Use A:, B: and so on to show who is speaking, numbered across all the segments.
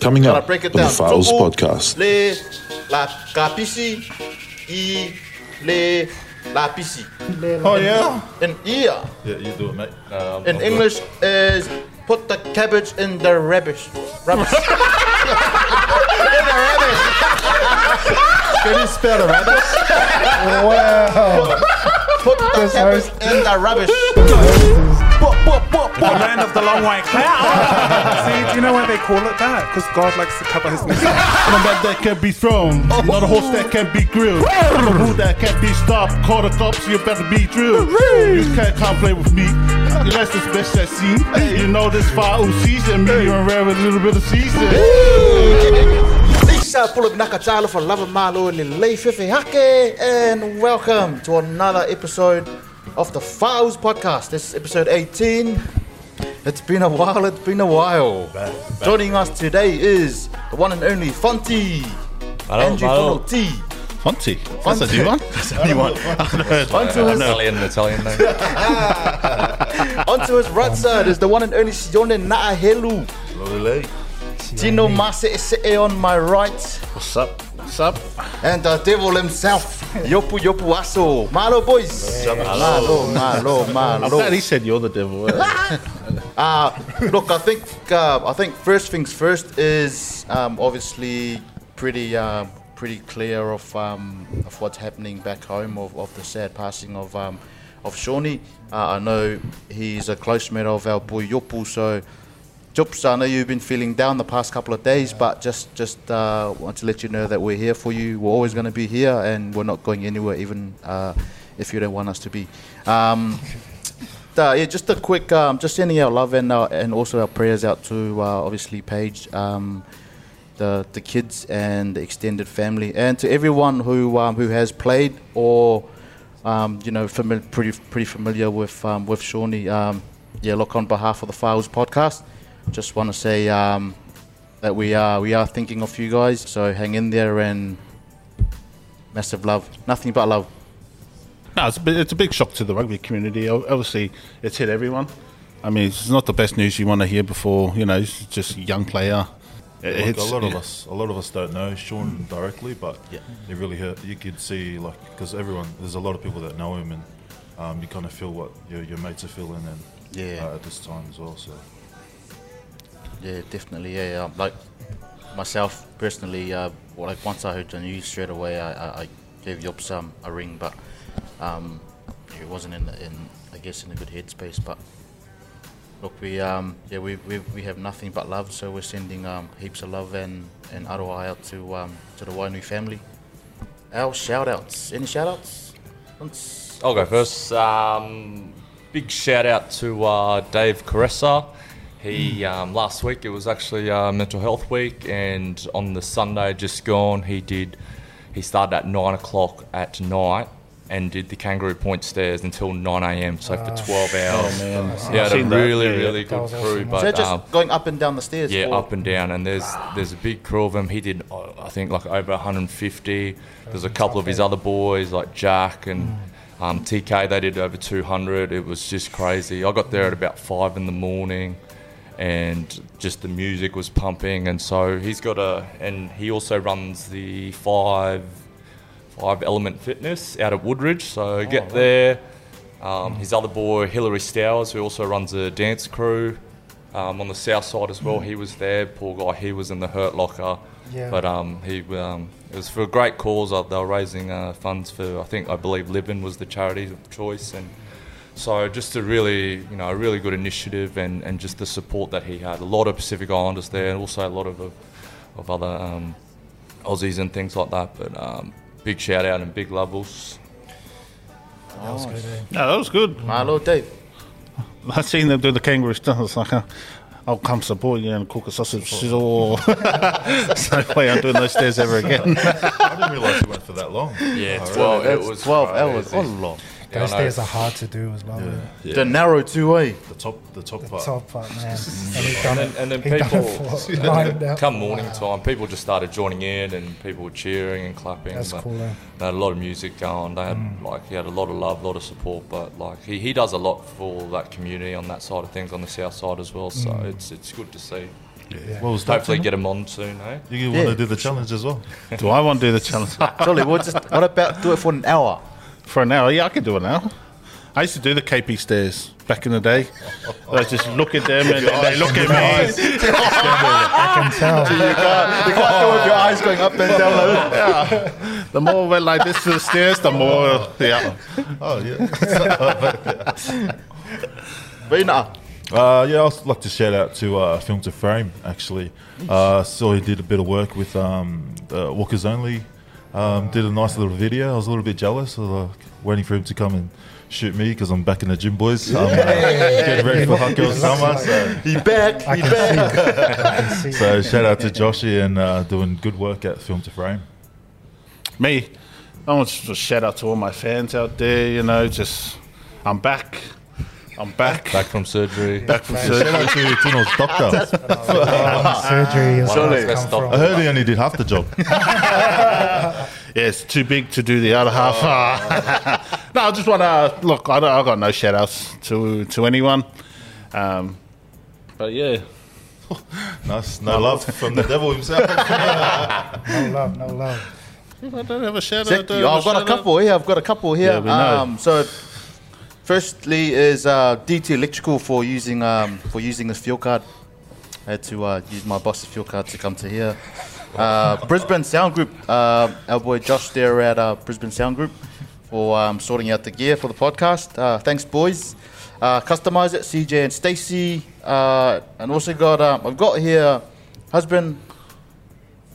A: Coming
B: Gotta
A: up on
B: break it
A: the
B: down.
A: Files
B: Fuku,
A: podcast.
B: Le la kapisi, i le la pisi.
C: Oh yeah.
B: And ear
C: Yeah, you do it, mate. Uh, I'm-
B: in
C: I'm
B: English is put the cabbage in the rubbish. Rubbish.
C: good. Can you spell the rabbit? wow.
B: put the cabbage in the rubbish.
D: The land of the long white cloud. See, do you know why they call it that? Because God likes to cover his name. Oh.
E: Not that that can be thrown, not a horse that can be grilled, not a rule that can be stopped. Call the cops, you better be drilled. You can't come play with me, unless this bitch that seen. You know this fire who season, medium rare with a little bit of season.
B: Lisa Pulip Nakatalo for Lava Malo Lilei Fifi Hake, and welcome to another episode of the Files Podcast. This is episode 18. It's been a while, it's been a while. Joining us today is the one and only Fonty. Andrew
F: hello.
B: Donald T.
E: Hunty, that's a new one. That's a new one.
B: Onto his,
F: Italian, Italian name.
B: onto his right side is the one and only Sione Naahelu.
C: Lolele.
B: Tino Mase Ese on my right.
E: What's up? What's up?
B: And the devil himself, Yopu Yopu Aso. Malo boys. Malo, malo,
E: I'm glad
B: malo.
E: he said you're the devil.
B: Uh, look, I think uh, I think first things first is um, obviously pretty um, pretty clear of um, of what's happening back home of, of the sad passing of um, of Shawnee. Uh, I know he's a close mate of our boy Yopu, so Jups, I know you've been feeling down the past couple of days, but just just uh, want to let you know that we're here for you. We're always going to be here, and we're not going anywhere, even uh, if you don't want us to be. Um, uh, yeah, just a quick, um, just sending our love and uh, and also our prayers out to uh, obviously Paige, um, the the kids and the extended family, and to everyone who um, who has played or um, you know fami- pretty pretty familiar with um, with Shawnee. Um, yeah, look on behalf of the Files podcast, just want to say um, that we are we are thinking of you guys. So hang in there and massive love, nothing but love.
E: No, it's a, bit, it's a big shock to the rugby community. O- Obviously, it's hit everyone. I mean, it's not the best news you want to hear before, you know, it's just a young player. It
C: Like,
E: hits-
C: a lot of us, a lot of us don't know Sean directly, but it really hurt. You could see, like, because everyone, there's a lot of people that know him, and um, you kind of feel what your, your mates are feeling, and
B: Yeah.
C: uh, at this time as well. So
B: Yeah, definitely. Yeah, yeah. like myself personally, uh, well, like once I heard the news straight away, I, I, I gave Yops um, a ring, but um, it wasn't in, in I guess in a good headspace. But look, we um, yeah we, we we have nothing but love, so we're sending um, heaps of love and and aroha out to um, to the Wainui family. Our shout outs, any shout outs? Once-
F: I'll go first. Um, big shout out to uh, Dave Caressa. He um, last week it was actually uh, Mental Health Week, and on the Sunday just gone, he did. He started at nine o'clock at night and did the Kangaroo Point stairs until nine a.m. So
E: Ah,
F: for twelve hours, he had a
E: seen that.
F: really,
E: Yeah, yeah.
F: really good crew.
B: So
F: But
B: just
F: um,
B: going up and down the stairs.
F: Yeah,
B: or-
F: up and down, and there's there's a big crew of them. He did, uh, I think, like over 150. There's a couple of his other boys, like Jack and um, TK. They did over 200. It was just crazy. I got there at about five in the morning, and just the music was pumping. And so he's got a, and he also runs the five Five Element Fitness out of Woodridge. So get there. Um, his other boy, Hilary Stowers, who also runs a dance crew um, on the south side as well, he was there. Poor guy, he was in the Hurt Locker.
G: Yeah.
F: But um, he um, it was for a great cause. Uh, they were raising uh, funds for, I think, I believe Livin was the charity of choice. And so just a really, you know, a really good initiative and, and just the support that he had. A lot of Pacific Islanders there and also a lot of, of, of other um, Aussies and things like that. But um, big shout out and big levels.
E: No, that was good.
B: My lord Dave.
E: I seen them do the kangaroo stuff. It's like, uh, I'll come support you and cook a sausage. Or There's no way I'm doing those stairs ever again.
C: I didn't realise he went for that long.
F: Yeah,
C: Alright.
F: 12. It
B: That's
F: was
B: 12
F: crazy.
B: hours. Oh, lord.
F: Yeah, I
G: Those
F: know.
G: stairs are hard to do as well. man.
B: The narrow two way.
C: The top, the top
G: The
C: part.
G: top part, man. And he's done
F: And then- and then
G: it. He's done
F: people-
G: it for nine now.
F: Come morning time, people just started joining in and people were cheering and clapping.
G: That's
F: but
G: cool, eh? Mm.
F: They had a lot of music going. They had like he had a lot of love, a lot of support. But like he,
G: Mm.
F: he does a lot for that community on that side of things on the south side as well. So it's it's good to see.
C: What was that?
F: Hopefully
C: Tino?
F: get him on soon, eh?
C: you want
B: Yeah.
C: to do the challenge as well?
E: Do I want to do the challenge
B: Surely, we'll just, what about do it for an hour?
E: for an hour? Yeah, I can do an hour. I used to do the KP stairs back in the day. I just look at them and then they look at me.
G: I can tell.
B: You can't, you can't do it with your eyes going up and down. Like that.
E: The more we're like this to the stairs, the more. Yeah.
C: Oh yeah.
B: But you know,
C: Uh, yeah, I'd like to shout out to uh, Film to Frame actually. Uh, so he did a bit of work with um, uh, Walkers Only. Um, did a nice little video. I was a little bit jealous. I was like, waiting for him to come and shoot me because I'm back in the gym, boys. I'm uh, getting ready for Hot Girl Summer. So,
B: he back,
G: I
B: he
G: can
B: back.
G: see. I can see.
C: so shout out to Joshy and uh, doing good work at Film to Frame.
E: Me, I want to just shout out to all my fans out there, you know, just. I'm back. I'm back.
F: Back from surgery.
E: Back from surgery.
C: Shout out to Tino's doctor.
G: surgery is
F: Surely.
G: where it's
F: Best
G: come
F: doctor.
C: I
G: from.
C: heard he only did half the job.
E: Yeah, it's too big to do the other half. no, I just want to look. I, don't, I got no shout outs to to anyone. Um, but yeah,
C: Nice, no love from the devil himself.
G: No love, no love.
E: I don't have a shout out.
B: Exactly. I've got a couple here. I've got a couple here.
E: Yeah, we know.
B: Um, so, firstly, is uh, DT Electrical for using um, for using this fuel card. I had to uh, use my boss's fuel card to come to here. Uh, Brisbane Sound Group, uh, our boy Josh there at uh, Brisbane Sound Group for um, sorting out the gear for the podcast. Uh, thanks, boys. Uh, Customize it, CJ and Stacy, uh, and also got um, I've got here husband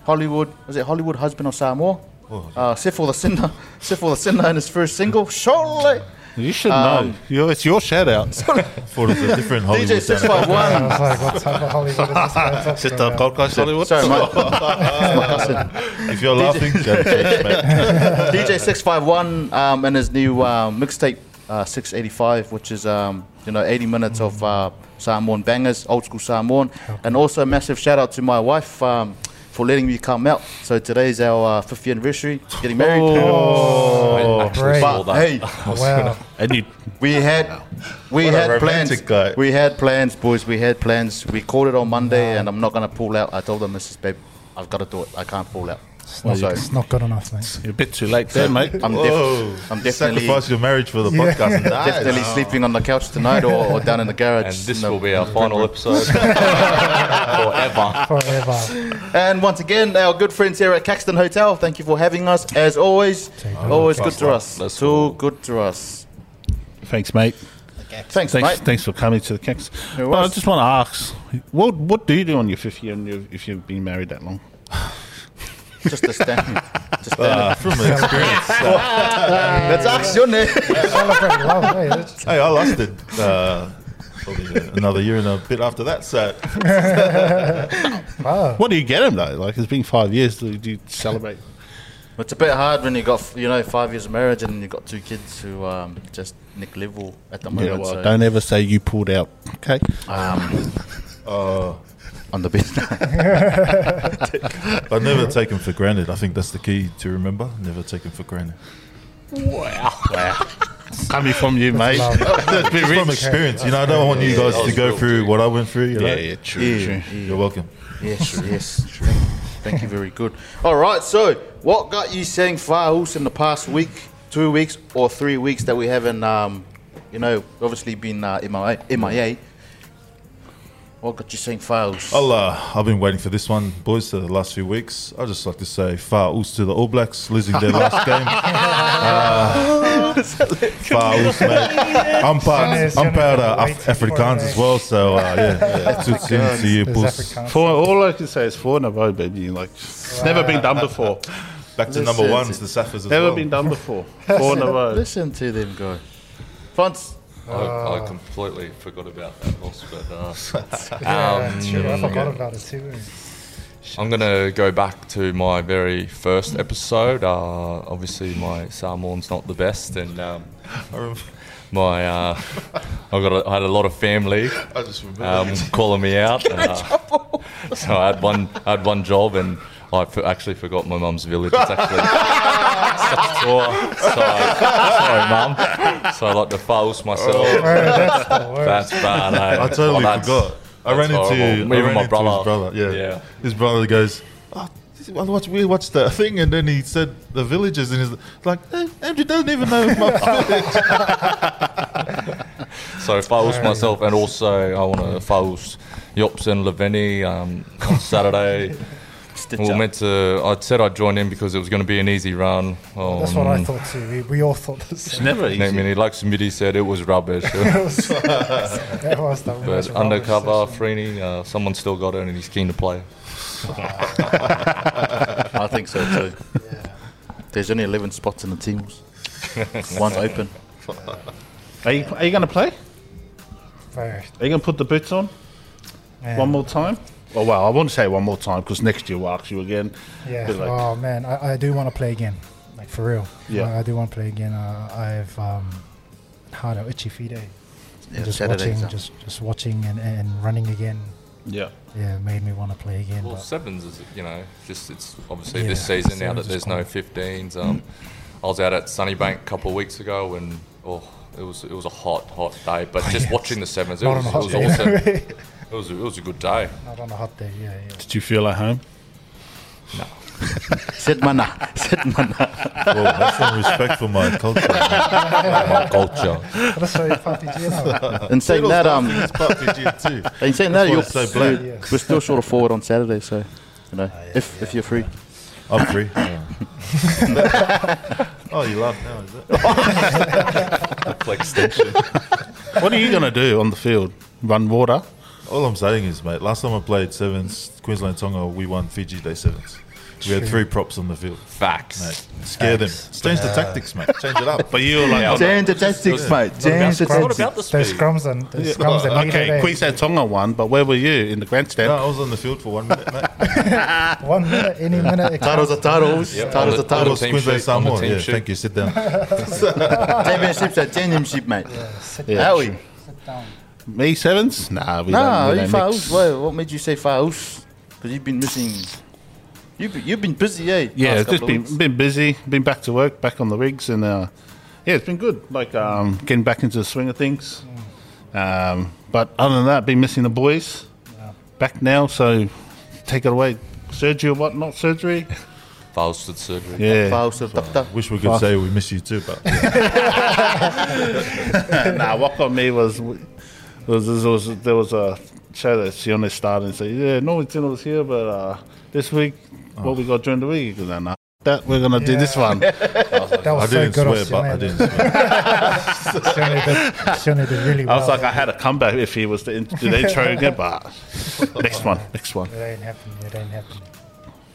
B: Hollywood. Is it Hollywood husband or Samoa? Uh, Syphil the Sinner, Syphil the Sinner, and his first single, Surely.
E: You should
B: Um,
E: know. Your- it's your shout out.
C: Thought it was a different
B: DJ
C: Hollywood.
B: six
C: sound.
B: five
G: I
B: one.
G: was like, what type of Hollywood is this guy talking
E: Sister
G: about?
E: uh, Gold Coast Hollywood.
B: Sorry, mate.
C: If you're laughing, don't judge, mate.
B: DJ six five one, um, and his new um, mixtape uh, six eighty five, which is um, you know eighty minutes of uh, Samoan bangers, old school Samoan, and also a massive shout out to my wife. Um, for letting me come out. So today's our uh, fifth anniversary, getting married.
C: Oh.
F: I actually
G: great.
F: saw
B: But
F: that.
B: hey,
G: Wow.
E: And you,
B: We had we
C: What a
B: had plans.
C: romantic guy.
B: We had plans, boys. We had plans. We called it on Monday, and I'm not gonna pull out. I told them, Mrs. Babe, I've got to do it. I can't pull out.
G: It's not,
B: Sorry.
G: it's not good enough, mate.
E: you're a bit too late there, mate.
B: I'm,
C: Whoa.
B: def- I'm definitely
C: sacrifice your marriage for the podcast. Nice.
B: definitely sleeping on the couch tonight, or, or down in the garage.
F: And this
B: in the-
F: will be our final episode forever.
G: Forever.
B: And once again, our good friends here at Caxton Hotel. Thank you for having us. As always, always good to us.
F: Let's
B: Too good to us.
E: Thanks, mate.
B: Thanks,
E: Thanks,
B: mate.
E: thanks for coming to the Kicks.
B: No
E: Well, I
B: worries.
E: just want to ask, what what do you do on your fifth year and you- if you've been married that long?
B: Just a stand. Just stand.
C: Uh, from an experience.
B: That's action, eh?
G: Celebrate love, mate. It's-
C: hey, I lasted uh, probably another year and a bit after that. So
G: Wow.
E: What do you get him though? Like it's been five years. Do do you celebrate?
B: It's a bit hard when you got you know five years of marriage and you got two kids who um, just nick level at the moment.
E: Yeah, well,
B: so,
E: don't ever say you pulled out. Okay.
B: um, on the best.
C: I never take them for granted. I think that's the key to remember. Never take them for granted.
E: Coming from you, mate.
G: love.
E: That's been
C: Just
E: rich.
C: from experience, you know. I don't want you guys to go through what I went through. You know?
E: Yeah, yeah, true, true.
C: You're welcome.
B: yes, yes. Thank, thank you. Very good. All right. So, what got you saying files in the past week, two weeks, or three weeks that we haven't, um, you know, obviously been uh, MIA, MIA? What got you saying files?
C: I'll, uh, I've been waiting for this one, boys, for the last few weeks. I just like to say far oos to the All Blacks losing their last game. Uh, far oos, mate. I'm
G: Sunday
C: part,
G: is
C: I'm
G: gonna
C: part
G: be
C: of
G: way
C: Af-
G: too
C: Afrikaans
G: far
C: as well, so uh, yeah, yeah. toots in to you,
G: There's
C: boys.
G: Afrikaans.
E: Four, all I can say is four in a row, baby. Like it's never been done before.
C: Back to number ones, the Saffers as
E: Never
C: well.
E: been done before. Four in a row.
B: Listen to them go. France.
G: Oh.
F: I, I completely forgot about that loss, but uh,
G: Yeah,
F: Um,
G: true. I forgot about it too.
F: uh, I'm gonna go back to my very first episode. Uh, obviously, my Samoan's not the best, and um,
C: I, remember,
F: my uh, I got a, I had a lot of family
C: I just remember.
F: um, calling me out. uh, so I had one I had one job, and I f- actually forgot my mum's village. It's actually such a tour. So, sorry, mum. So I like to false myself.
G: Bro, that's the worst.
F: That's bad. eh?
C: Oh. I totally
F: Well, Oh, that's-
C: forgot. I ran
F: That's
C: into,
F: horrible.
C: I
F: Even
C: ran
F: my
C: into his
F: brother.
C: brother. Yeah.
F: Yeah.
C: His brother goes, oh, this- I watched, we watched that thing, and then he said the villagers, and he's like, hey, Andrew doesn't even know my village.
F: So Faus myself, and also I want to Faus Yops and Leveni um, on Saturday.
B: Stitch
F: we were
B: up.
F: meant to. I said I'd join in because it was going to be an easy run. Um,
G: That's what I thought too. We, we all thought the same.
B: never
F: I mean, like Smitty said, it was rubbish.
G: That was the most
F: but
G: rubbish
F: undercover,
G: session.
F: Freeney, uh, someone still got it, and he's keen to play.
B: I think so too. There's only 11 spots in the teams. One's open.
E: Are you, are you going to play?
G: Very-
E: Are you going to put the boots on
G: man.
E: one more time? Oh, well, I wouldn't say one more time because next year we'll ask you again.
G: Yeah.
E: Be like-
G: oh man, I, I do want to play again, like for real.
E: Yeah.
G: I, I do want to play again. Uh, I've um, had an itchy feet day.
B: Yeah,
G: just
B: Saturday.
G: watching, just just watching and, and running again.
E: Yeah.
G: Yeah, made me want to play again.
F: Well,
G: but-
F: sevens is you know just it's obviously
G: Yeah,
F: this season now
G: sevens
F: that
G: is
F: there's no
G: common.
F: 15s. Um, I was out at Sunnybank a couple of weeks ago and oh, it was it was a hot hot day. But just
G: Oh, yeah.
F: watching the sevens, it
G: Not
F: was, it
G: on a
F: was
G: hot day.
F: awesome. it was a, it was a good day.
G: Not on a hot day. Yeah, yeah.
E: Did you feel at home?
B: Said mana. Said mana.
C: well, that's some respect for my culture. man.
F: Culture.
G: But that's why Papi Gino.
B: In saying that, um,
C: It's part of it too.
B: in saying that,
C: why
B: you're,
C: it's so black.
B: you're- we're still short of forward on Saturday, so you know, if if you're free,
C: I'm free. oh, you laugh now, is it?
F: Like extension.
E: what are you going to do on the field? Run water?
C: All I'm saying is, mate, last time I played sevens, Queensland Tonga, we won Fiji Day sevens. We had three props on the field. Mate,
F: Facts.
C: scare them. Change the tactics, mate. Change it up.
E: But you're like,
C: "Oh,
B: change the tactics, mate. Change the
F: What
B: tactics.
F: about the
G: Those
F: speed?
G: scrums and those scrums that made
E: Oh, okay,
G: it, eh?
E: Queensland Tonga won, but where were you in the grandstand?
C: No, I was on the field for one minute, mate.
G: One minute, any minute. it
B: Titles are titles.
F: Yep, on
B: Titles
F: the-
B: are
C: I
F: on the
B: titles.
C: was
F: team
C: Queensland
F: sheet, on the
C: Samoa.
F: team
C: Yeah,
F: sheet.
C: thank you. Sit down.
B: Championships are championship, mate.
G: comes- Sit
E: Yeah.
B: Howie.
G: down.
E: Me sevens? Nah, we
B: Nah,
E: don't.
B: you
E: We don't
B: fails.
E: mix.
B: Why, what made you say fails? Because you've been missing. You've been, you've been busy, eh?
E: Yeah,
B: past
E: it's just
B: couple of
E: been
B: weeks.
E: been busy, been back to work, back on the rigs, and uh, yeah, it's been good. Like um, getting back into the swing of things. Um, but other than that, been missing the boys. Back now, so take it away. Surgery or what? Not surgery.
F: Faust did surgery.
E: Yeah.
B: Fails of doctor.
C: Wish we could say we miss you too, but
E: nah, what got me was was, was, was there was a show that Sione started and said, yeah, normally Tina was here, but uh, this week what we got during the week is that. Nah, that we're gonna do this
G: Yeah.
E: one.
G: That was
C: I
G: Oh, so
C: didn't
G: good
C: swear.
G: of
C: But I
G: Sione,
C: didn't swear.
G: though. Sione did, Sione did really well.
E: I was like, I had a comeback if he was to in- do the intro again, but next one, next one.
G: it ain't happening. It ain't happening.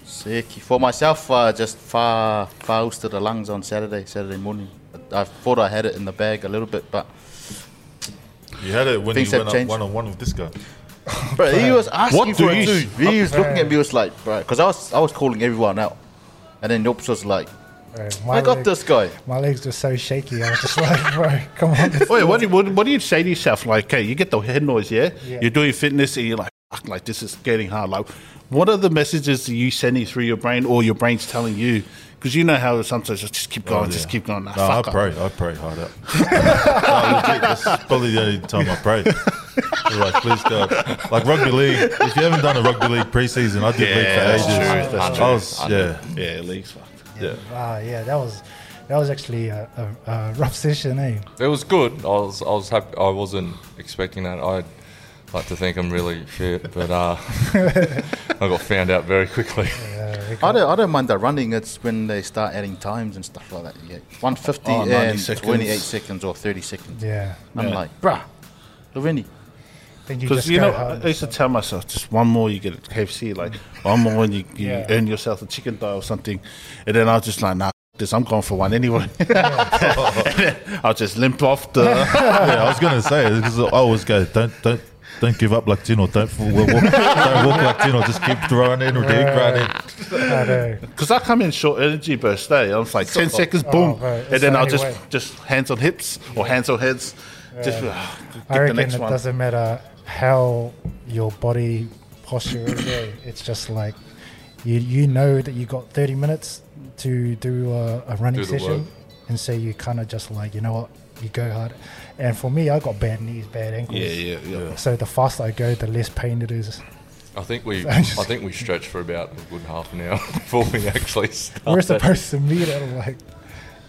B: Sick. For myself, uh, just far, far to the lungs on Saturday, Saturday morning. I I thought I had it in the bag a little bit, but
C: You had it when
B: Things
C: you
B: have
C: went up
B: changed.
C: one on one with this guy.
B: bro, he was asking
E: What do
B: for it
E: you-
B: too. He was looking at me, was like, bro, because I was, I was calling everyone out, and then Nope's was like,
G: Bro, my
B: I got
G: leg-
B: this guy.
G: My legs were so shaky. I was just like, bro, come on. let's
E: Wait, what do, you, what, what do you say to yourself? Like, hey, you get the head noise, yeah?
G: Yeah.
E: You're doing fitness and you're like, fuck, like, this is getting hard. Like, what are the messages that you sending through your brain or your brain's telling you? Because you know how sometimes it's just keep going, just
C: Oh, Yeah.
E: keep going. Nah,
C: No, I
E: fuck up.
C: pray. I pray hard up. no, legit, that's probably the only time I pray. like, please God. Like rugby league. If you haven't done a rugby league preseason, I did
E: Yeah,
C: league
E: that's
C: for ages.
E: true, that's
C: I was, yeah,
E: Yeah, league's fucked.
C: yeah.
G: Wow, Ah, yeah, that was that was actually a, a, a rough session, eh?
F: It was good. I was I was happy. I wasn't expecting that. I'd like to think I'm really shit, but uh, I got found out very quickly.
B: I don't, I don't mind the running. It's when they start adding times and stuff like that. You get 150
E: Oh, 90
B: and
E: seconds.
B: 28 seconds or 30 seconds.
G: Yeah,
B: I'm like, bruh, Lovini.
G: then you
E: Because
G: just
E: you
G: go
E: know,
G: home.
E: I used to tell myself, just one more, you get a KFC, like one more, and you, you
G: Yeah.
E: earn yourself a chicken thigh or something. And then I was just like, nah, f- this, I'm going for one anyway. And then I'll just limp off the.
C: yeah, I was gonna say because I always go, don't, don't, don't give up like Tino. Don't fall- walk, don't walk like Tino. Just keep throwing in, or dig right in.
G: I know.
E: Because I come in short energy burst day. I'm like 10 seconds,
G: Oh,
E: boom.
G: right, it's
E: and then
G: the
E: I'll
G: only
E: just,
G: way.
E: just hands on hips or hands on heads. Just ah,
G: I
E: get the
G: reckon
E: next
G: it
E: one.
G: doesn't matter how your body posture is. eh? It's just like you you know that you got 30 minutes to do a, a running
F: Do the
G: session,
F: work.
G: and so you kind of just like you know what you go hard. And for me, I got bad knees, bad ankles.
E: Yeah, yeah, yeah.
G: So the faster I go, the less pain it is.
F: I think we, I think we stretched for about a good half an hour before we actually started.
G: We're supposed to meet at like,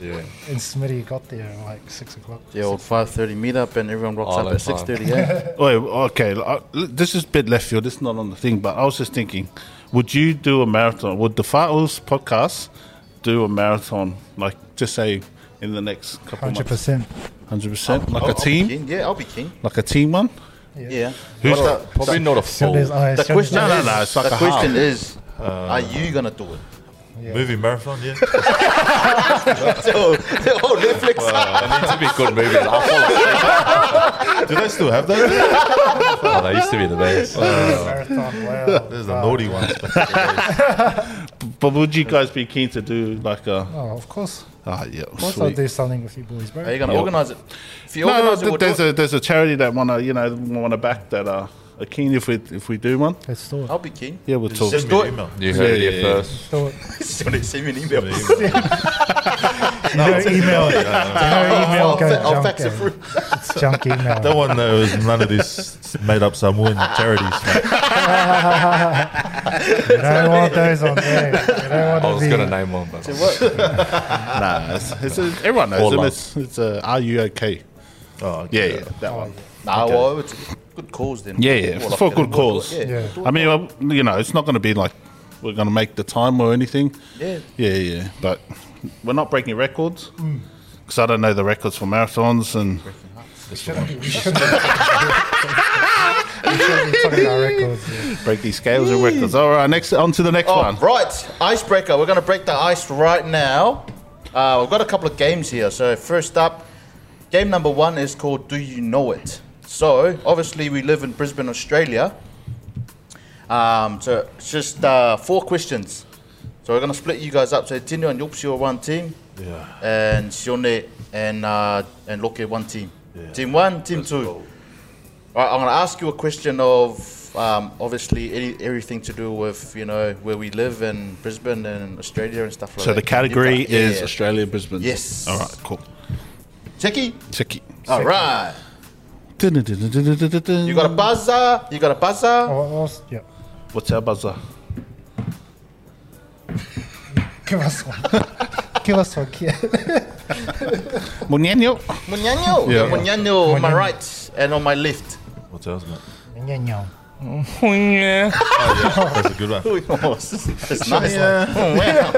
F: Yeah.
G: and Smitty got there at like six o'clock.
B: The old 5:30 meetup, and everyone rocks
F: Oh,
B: up at
F: that's fine.
B: 6:30. Yeah.
E: Wait, okay. l- uh, l- This is a bit left field. This is not on the thing, but I was just thinking, would you do a marathon? Would the Fatos podcast do a marathon? Like, just say in the next couple
G: Hundred
E: of months,
G: percent.
E: hundred percent, like
B: I'll-
E: a
B: I'll be
E: team,
B: keen. Yeah, I'll be keen.
E: like a team one.
B: Yeah.
F: Who's
B: But the-
F: Probably not a
G: So
F: full.
G: there's eyes.
B: The
G: so
B: question
G: there's
E: No, no,
B: is,
E: no, it's like
B: the
E: a Uh,
B: question
E: half.
B: is, are you gonna do it?
C: Movie marathon, yeah.
B: oh, oh, Netflix.
F: It needs to be good movies. I'll follow.
C: Do they still have that?
F: Oh, they used to be the best.
G: eyes. Marathon, wow.
C: There's the naughty ones.
E: But would you guys be keen to do like a?
G: Oh, of course.
E: Ah, yeah,
G: Of course, I'll
E: sweet.
G: do something with you boys, bro.
B: Are you gonna organise it? If you
E: No, no,
B: organise it,
E: th-
B: we'll do
E: there's
B: it.
E: a there's a charity that wanna you know wanna back that uh, are keen if we if we do one.
G: Let's do it.
B: I'll be keen.
E: Yeah, we'll talk.
B: Just do it.
C: Email.
F: You heard it here
E: Yeah, yeah,
F: first.
G: Let's do it.
B: Somebody send me an email.
G: No email. No email
B: I'll,
G: goes
B: fa- I'll
G: junk.
B: fax it
G: eh?
B: through.
G: It's junk
C: That
G: email.
C: one there was none of this made up Samoan charities. mate.
G: You don't want those on there. You don't
F: I
G: want
F: was
G: to be.
F: going to name one, but
E: Nah, it's, it's a, everyone knows
F: Or
E: them.
F: love.
E: It's, it's a, are you okay?
C: Oh,
E: Yeah,
C: okay.
E: yeah, that one.
B: Nah, well, it's a good cause then.
E: Yeah, yeah,
B: Well,
E: it's for a
B: like,
E: good
B: we'll do it,
E: cause.
B: Yeah.
G: Yeah.
E: I mean, well, you know, it's not going to be like we're going to make the time or anything.
B: Yeah.
E: Yeah, yeah. But we're not breaking records because I don't know the records for marathons and
G: We're talking about records. yeah.
E: break these scales and records. All right, next on to the next
B: Oh,
E: one.
B: right. Icebreaker. We're going to break the ice right now. Uh, we've got a couple of games here. So, first up, game number one is called Do You Know It? So, obviously, we live in Brisbane, Australia. Um, so, it's just uh, four questions. So, we're going to split you guys up. So, Tino and Yupsi are one team,
C: Yeah.
B: and Sione and, uh, and Loke one team.
C: Yeah.
B: Team one, team two. All right, I'm going to ask you a question of um, obviously any, everything to do with you know where we live in Brisbane and Australia and stuff like
E: So
B: that.
E: the category
B: Yeah,
E: is
B: yeah.
E: Australia Brisbane.
B: Yes.
E: All right, cool.
B: Checky.
E: Check it.
B: All right,
E: You
B: you got a buzzer. You got a buzzer.
G: Oh, what else? Yeah.
E: What's our buzzer?
G: Give us one. Give us one, kid.
E: Munyanyo.
B: Munyanyo.
E: Yeah.
B: Yeah. Munyanyo on my right and on my left.
C: What's else, mate?
G: Nyong.
F: yeah.
C: That's a good one.
B: That's nice. Oh, wow.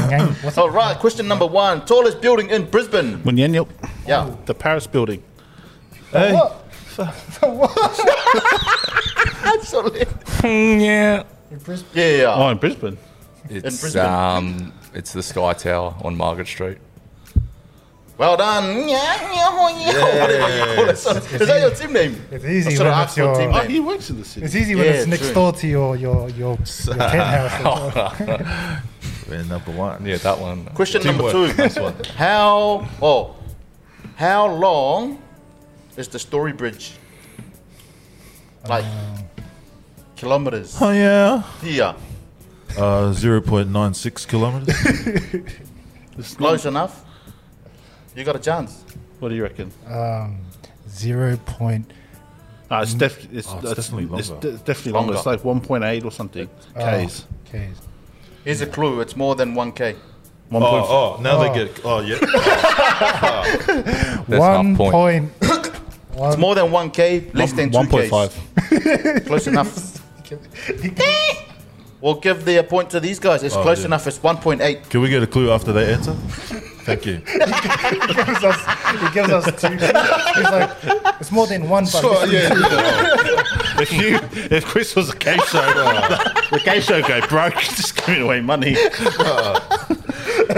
G: Nyong. What's
B: All right, question number one: tallest building in Brisbane.
E: Munyanyo.
B: Yeah.
E: The Paris building.
B: Absolutely.
F: yeah.
G: Brisbane?
B: Yeah. yeah.
E: Oh, in Brisbane.
F: It's,
B: Brisbane.
F: um, it's the Sky Tower on Margaret Street.
B: Well done. Whatever you call it. son. Is that your team name?
G: It's easy
B: I
G: when
B: should've
G: it's
B: asked your
G: your-
B: team
E: Oh,
B: name.
E: he works in the city.
G: It's easy when
B: Yeah,
G: it's next
B: true.
G: door to your your your, your penthouse.
C: Yeah, number one.
F: Yeah, that one.
B: Question number
C: Teamwork.
B: two.
C: Nice one.
B: How oh how long is the story bridge? Like
G: Uh.
B: kilometers
C: Oh, yeah.
B: here.
C: Uh, 0.96 kilometers.
E: It's not-
B: Close enough. You got a chance.
E: What do you reckon?
G: Zero point.
E: Ah, it's, def- it's,
C: Oh, it's
E: it's-
C: definitely
E: it's
C: longer.
E: de- definitely longer. Oh. It's like 1.8 or something. Ks.
G: Okay.
B: Here's a clue, it's more than one K.
E: One point f-
C: oh, oh, now they get. Oh, yeah.
F: That's
G: One
F: half point.
G: point.
B: It's more than one K, less than two K.
E: 1.5.
B: Close enough. We'll give the point to these guys.
G: Oh,
B: It's close
C: yeah.
B: enough, it's one point eight.
C: Can we get a clue after they answer? Thank you.
G: He gives us, he gives us two. He's like, it's more than one, but
C: Oh, yeah.
E: if you, if Chris was a game show, the game show guy broke, just giving away money.
G: it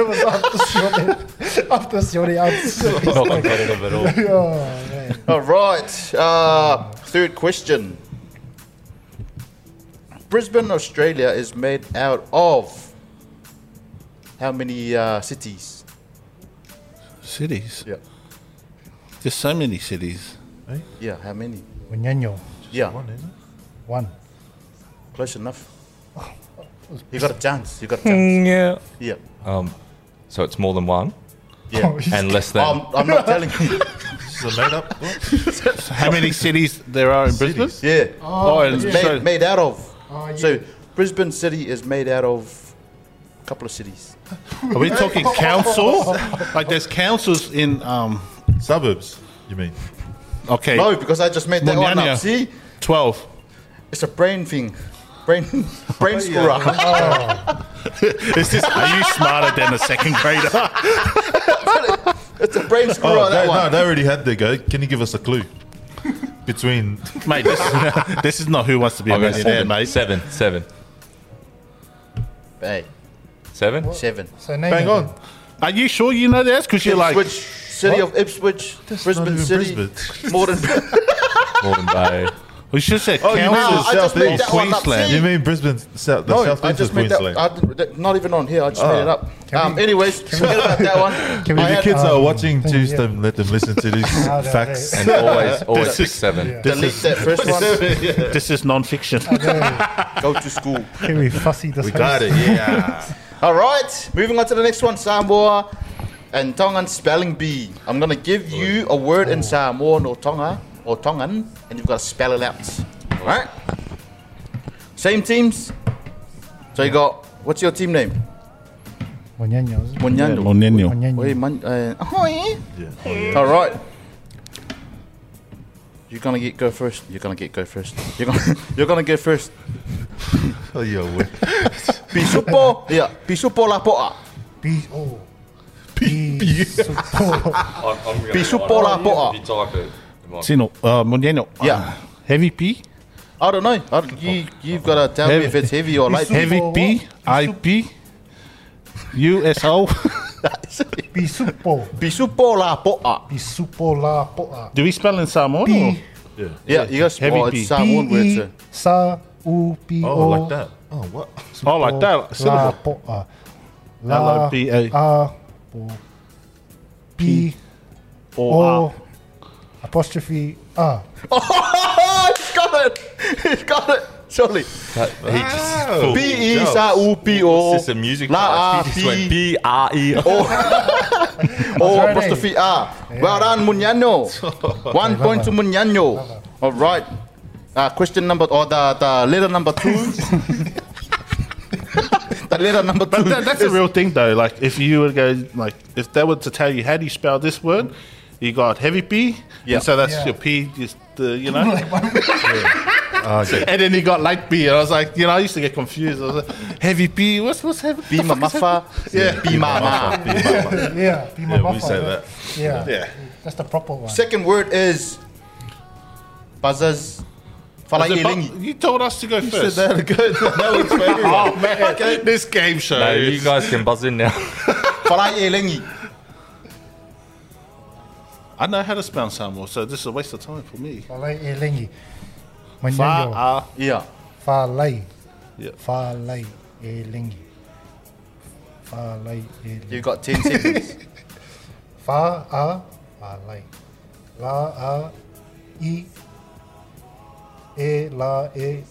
G: was after Sione. After Sione answered. He's
F: Not
G: like,
F: competitive at all.
G: oh, man.
B: All right. Uh, third question. Brisbane, Australia is made out of how many uh, cities?
E: Cities.
B: Yeah.
E: There's so many cities.
B: Yeah, how many?
G: Unyanyo.
B: Yeah,
C: One, isn't
G: One.
B: close enough. You got a chance. You got a chance.
F: Yeah.
B: Yeah.
F: Um, so it's more than one.
B: Yeah.
F: and less than.
B: I'm, I'm not telling you.
C: This is a made up.
E: How many cities there are in Brisbane?
B: Yeah.
E: Oh, and
B: It's made,
E: so-
B: made out of.
G: Oh, yeah.
B: So Brisbane City is made out of a couple of cities.
E: are we talking councils? like there's councils in um,
C: Suburbs, you mean?
E: okay,
B: No, because I just made that one
E: Munyanya.
B: up. See,
E: twelve.
B: it's a brain thing. Brain, brain screwer.
E: Is this, are you smarter than a second grader?
B: it's a brain screwer.
C: Oh,
B: that
C: they,
B: one.
C: no, they already had their go. Can you give us a clue? Between
E: mate, this, this is not who wants to be a
F: I'll go
E: millionaire,
F: seven,
E: mate.
F: seven, seven,
B: Hey,
F: seven.
B: seven.
G: So name
C: Bang
G: it.
C: on.
E: Are you sure you know this? Because you're like,
B: Ipswich, city of Ipswich,
C: not
B: Brisbane
C: even
B: City,
C: Brisbane.
B: Morden.
F: Moreton Bay.
E: we should say
C: you mean
E: councils
C: the
B: I just made
E: of
C: southeast.
B: that one up.
E: Queensland.
B: See?
C: You mean Brisbane, south, the
B: No,
C: southeast
B: I
C: of
B: just made that,
C: Queensland?
B: I, didn't- that- Not even on here. I just made it up.
G: Can
B: um,
G: we-
B: anyways, forget about that one. uh,
G: Can
C: if
G: we
C: your
G: get
C: kids
G: um,
C: are watching,
G: thing,
C: just
G: yeah.
C: don't let them listen to these
G: No, no, no.
C: facts.
F: And always, always pick seven.
B: Delete that first one.
E: This is non-fiction.
B: Go to school.
G: Can we fussy this?
C: it, yeah.
B: All right, moving on to the next one, Samoa and Tongan spelling bee. I'm gonna give you a word in Samoan or Tonga or Tongan, and you've got to spell it out. All right. Same teams. So you got what's your team name?
G: Monyanya, is it?
B: Munyando.
E: Monennial.
G: Monyanya.
B: Wait, man, uh, ahoy.
C: yeah. Oh, yeah.
B: All right. You're gonna get go first. You're gonna get go first. You're gonna you're gonna go first.
C: Oh, yeah. we-
B: Bisupo, yeah. Bisupo lapoa.
G: Be oh. Be support.
F: I'm, I'm gonna
B: Pisu
F: write
B: pola
F: it.
B: pola.
F: If you type it, it might-
E: Sino, uh, Monennial.
B: Yeah.
E: Heavy P?
B: I don't know. I don't- you you've got to tell me
E: Heavy-
B: if it's heavy or light.
E: Heavy
G: Pisu-
E: P? IP? USO?
G: Be support.
B: Bisupo la
E: Ah,
B: poa.
G: Be support la poa.
E: Do we spell in Samoan? or-
G: Be
B: Yeah, you got
E: Heavy
B: oh,
E: P.
B: it's Samoan word.
G: be
B: so-
G: E sa u p
C: Oh,
G: o.
C: like that. Oh, what?
E: Oh, like that.
G: La
E: Syllable.
G: poa.
E: L O P E. A.
G: A po. P
E: Or
G: o. Apostrophe a.
B: Oh, he's got it. He's got it. Surely.
F: That- he just
C: Oh,
B: B E
C: jokes.
B: S A U P O.
F: It's just a music
B: La
F: class.
B: A
F: He just went
B: P
F: B R E O.
B: O
G: Alrighty.
B: apostrophe A. Well done, Munyano. One point to Munyano. All right. Uh, question number or the, the letter number two. the letter number two.
E: But that, that's a real thing, though. Like, if you were to go, like, if they were to tell you how do you spell this word, you got heavy P,
B: Yeah.
E: and so that's
G: Yeah.
E: your P, just uh, you know. And then you got light P, and I was like, you know, I used to get confused. I was like, heavy P, what's what's heavy?
B: B
E: the fuck is heavy?
B: mamafa. Yeah. B mama.
G: Yeah. Be my
C: Yeah, we
G: buffer,
C: say
G: yeah.
C: that.
G: Yeah.
E: Yeah.
G: That's the proper one.
B: Second word is buzzers.
E: Was it
B: Falailingi.
E: bu- you told us to go
C: Said
E: first.
C: that again. That was
E: Oh man, this game show.
F: No, you
E: is-
F: guys can buzz in now.
B: Falailingi.
E: I know how to spell Samuel, so this is a waste of time for me.
G: Falai e lengi. Monyanya.
E: Fa
B: Yeah.
G: Falai.
E: Yeah.
G: Falai e lengi. Falai e lengi.
B: You got 10 seconds.
G: Fa a falai. La a i. E la e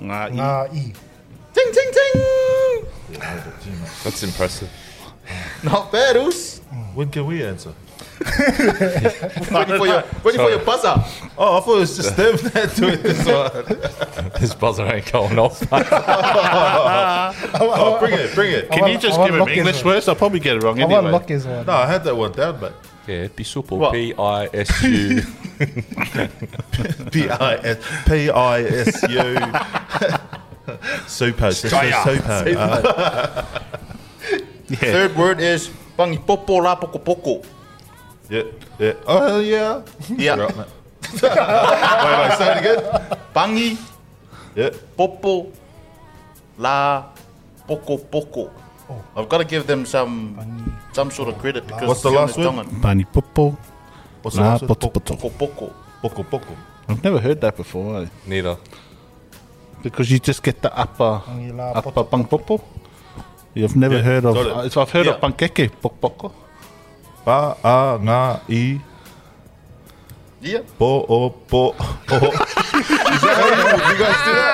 E: uh,
G: na i.
B: ting, ting, ting.
F: That's impressive.
B: Not bad, Oos.
C: When can we answer?
B: Waiting for your, waiting for your buzzer.
C: Oh, I thought it was just them that doing this one.
F: This buzzer ain't going off.
C: Oh, bring it, bring it.
E: Can
G: want-
E: you just
G: I
E: give
G: want Lockie's
E: him English
G: one.
E: words? I'll probably get it wrong
G: I
E: anyway.
G: want oh, luck is one.
C: No, I had that one down, but
F: yeah, be supple.
B: What?
F: P I S U.
C: P I S P I S U. Super, so- so- super. Uh,
E: Yeah.
B: Third word is pangipopo la poco poco.
C: yeah, yeah. Oh yeah.
B: Yeah.
C: You're right, mate. wait, wait. Say it again.
B: Pangi
C: Yeah.
B: popo la poco poco. I've got to give them some some sort of credit because
C: What's the
B: Fiona
C: last word?
B: Tongan.
E: Bani popo,
C: What's the
E: na
C: last one?
E: poto poto.
C: Poco,
B: Poco poco.
C: poco, poco.
E: I've never heard that before, eh?
F: Neither.
E: because you just get the upper
G: Bangi la
E: upper bang popo. You've never
C: Yeah,
E: heard of.
C: got it.
E: If I've heard of
C: Yeah.
E: pankeke pok poko.
C: Ba a nga i
B: Yeah.
C: bo o bo. o.
B: You guys do that?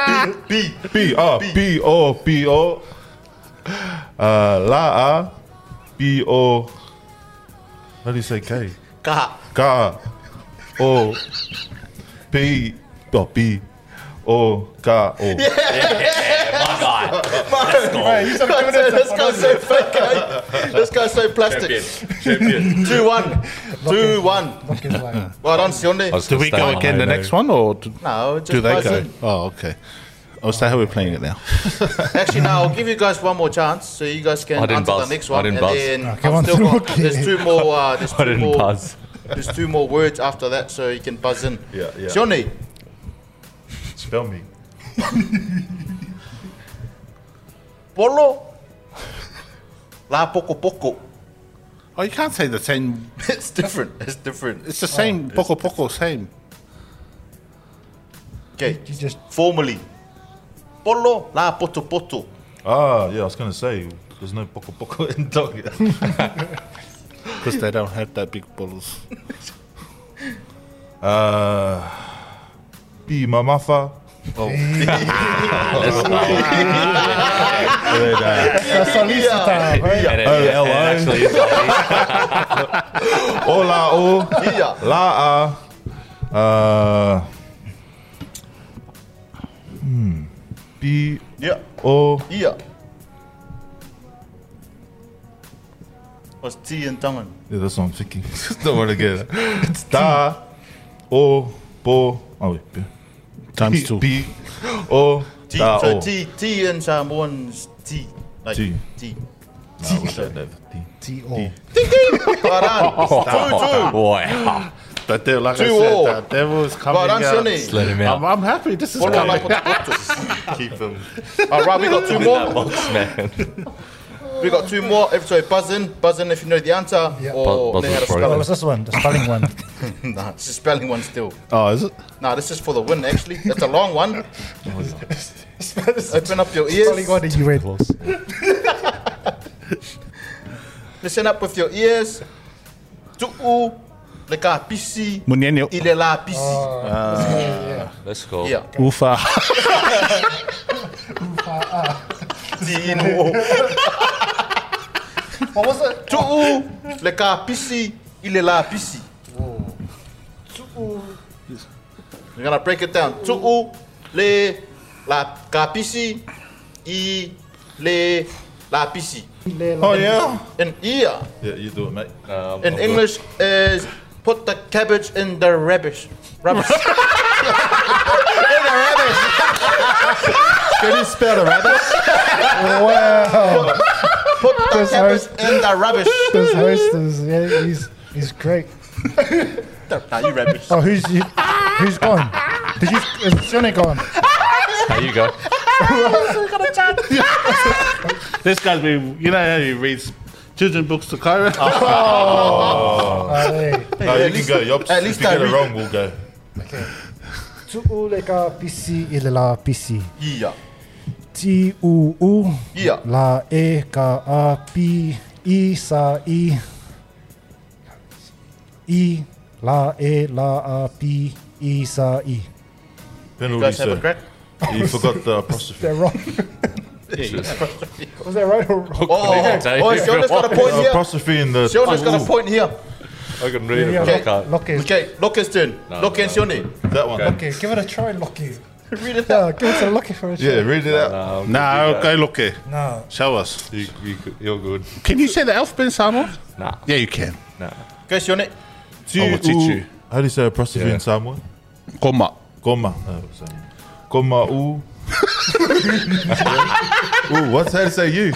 B: B. B.
C: B R B O B O. Uh, La A B O How do you say K?
B: Ka.
C: K O P oh, B O K O.
F: My guy.
B: this guy's so fake, eh? This guy's so plastic.
F: Champion.
B: Two one, two one.
G: Look, it's like
B: Well done, Sione.
E: Do we go again the next one or d-
B: No, just
E: do they
B: buys
E: go?
B: in.
E: Oh, okay. Oh, so how we're playing it now?
B: Actually, no, I'll give you guys one more chance so you guys can
F: I didn't
B: answer
F: buzz.
B: the next
F: I
B: one.
F: didn't
B: and
F: buzz.
B: then
G: Okay,
B: I've
G: one,
B: still
G: two,
B: got,
G: okay.
B: there's two more. Uh, there's two
F: didn't
B: more,
F: buzz.
B: There's two more words after that, so you can buzz in.
C: Yeah, yeah.
B: Sione,
C: Spell me.
B: polo, la poco poco.
E: Oh, you can't say the same.
B: It's different. It's different.
E: It's the same. Poco poco, same.
B: Okay,
G: you just
B: formally, polo la poto poto.
C: Ah, yeah, I was gonna say there's no poco poco in dog.
E: Because they don't have that big bottles.
C: Uh, be my mafa. Oh. And, uh,
B: Yeah,
F: And it,
C: Oh,
F: and it actually is like
C: Hola, oh.
B: yeah.
C: La uh, uh hmm. B
B: Yeah.
C: hmm. O
B: Yeah. What's T in Taman?
C: Yeah, that's what I'm thinking. Don't want to get it. It's da O Bo Oh wait B-
E: Times
C: B-
E: two.
C: B O
B: T,
C: Da
B: so
C: O
B: T, T in Samoan's T. Like
C: oh. T.
B: T.
C: No, we don't have a T.
G: T oh. O.
B: Well done.
F: oh,
B: Two, two.
F: Wow.
E: The devil, like I
B: Two
E: said,
B: all.
E: the devil's coming
B: Well done,
E: out.
B: Sione.
F: Let him
E: I'm,
F: out.
E: I'm happy. This is
B: Polo
E: good.
B: la poto poto.
C: Keep them.
B: All right, we got two
F: That
B: more.
F: box, man.
B: We got two more. If- Sorry, buzz in. Buzz in if you know the answer
G: Yeah.
B: or
F: Buzz-
B: know
F: buzz
B: how to
F: is
G: What
B: spell
G: was Oh, this one? The spelling one.
B: it. Nah, it's a spelling one still.
E: Oh, is it?
B: Nah, this is for the win, actually. It's a long one. Open up your ears.
G: spelling one that you read.
B: Listen up with your ears. Tu'u, leka pisi,
E: Munyenyo.
B: ilela pisi.
G: Oh,
F: Let's go.
B: Yeah.
E: Ufa.
G: ah.
B: Dino.
G: What was it?
B: Tu'u, leka pisi, ilela pisi. We're gonna break it down. Tu'u, le, la ka pisi, i, le, la pisi.
C: Oh yeah.
B: An ear
C: Yeah, you do it, mate.
F: Um,
B: in English is put the cabbage in the rubbish. Rubbish.
C: Can you spell the rabbit?
G: Wow.
B: Put the
G: That's
B: cabbage
G: nice.
B: in the rubbish.
G: This host is yeah, he's he's great.
B: Nah, you rubbish.
G: Oh, who's you, who's gone? Did you is Sione gone?
F: There you go.
E: This guy's been, you know, how he reads children books to Cairo.
G: Uh, hey.
C: No,
B: at
C: you can
B: least-
C: go. Yops.
B: at least
C: if you
B: I
C: get it
B: read-
C: wrong, we'll go.
G: Tu'u leka pisi ilala pisi.
B: Yeah.
G: T U U
B: Yeah.
G: La E Ka A P I Sa I I La E La A P I Sa I.
C: Penalty,
B: You guys have
C: sir.
B: a crack?
C: You forgot the apostrophe.
G: They're wrong. Was that right or wrong?
B: Oh, oh, oh Siona's got a point
C: Uh,
B: here.
C: apostrophe in the.
B: Siona's got a
C: Ooh,
B: point here.
F: I can read it.
G: Yeah,
F: but I can't.
G: Lock it.
B: Okay, Locke's turn. Locke and Sione.
C: That one.
G: Okay, give it a try, Lockie.
B: Read it out.
G: Yeah, give it a Lockie for a try.
C: Yeah, read it out.
F: Um,
E: nah, go look here.
G: No.
E: Show us.
F: you, you, you're good.
E: Can you say the alphabet, Samuel?
F: Nah,
E: Yeah, you can.
F: nah.
B: Okay, Sione.
C: Oh, T-
F: will teach
C: U-
F: you.
C: How do you say apostrophe
F: Yeah.
C: in Samoa?
E: Goma.
C: Goma.
B: Uh,
C: Oh, sorry. Goma u. Ooh, what's how to say you?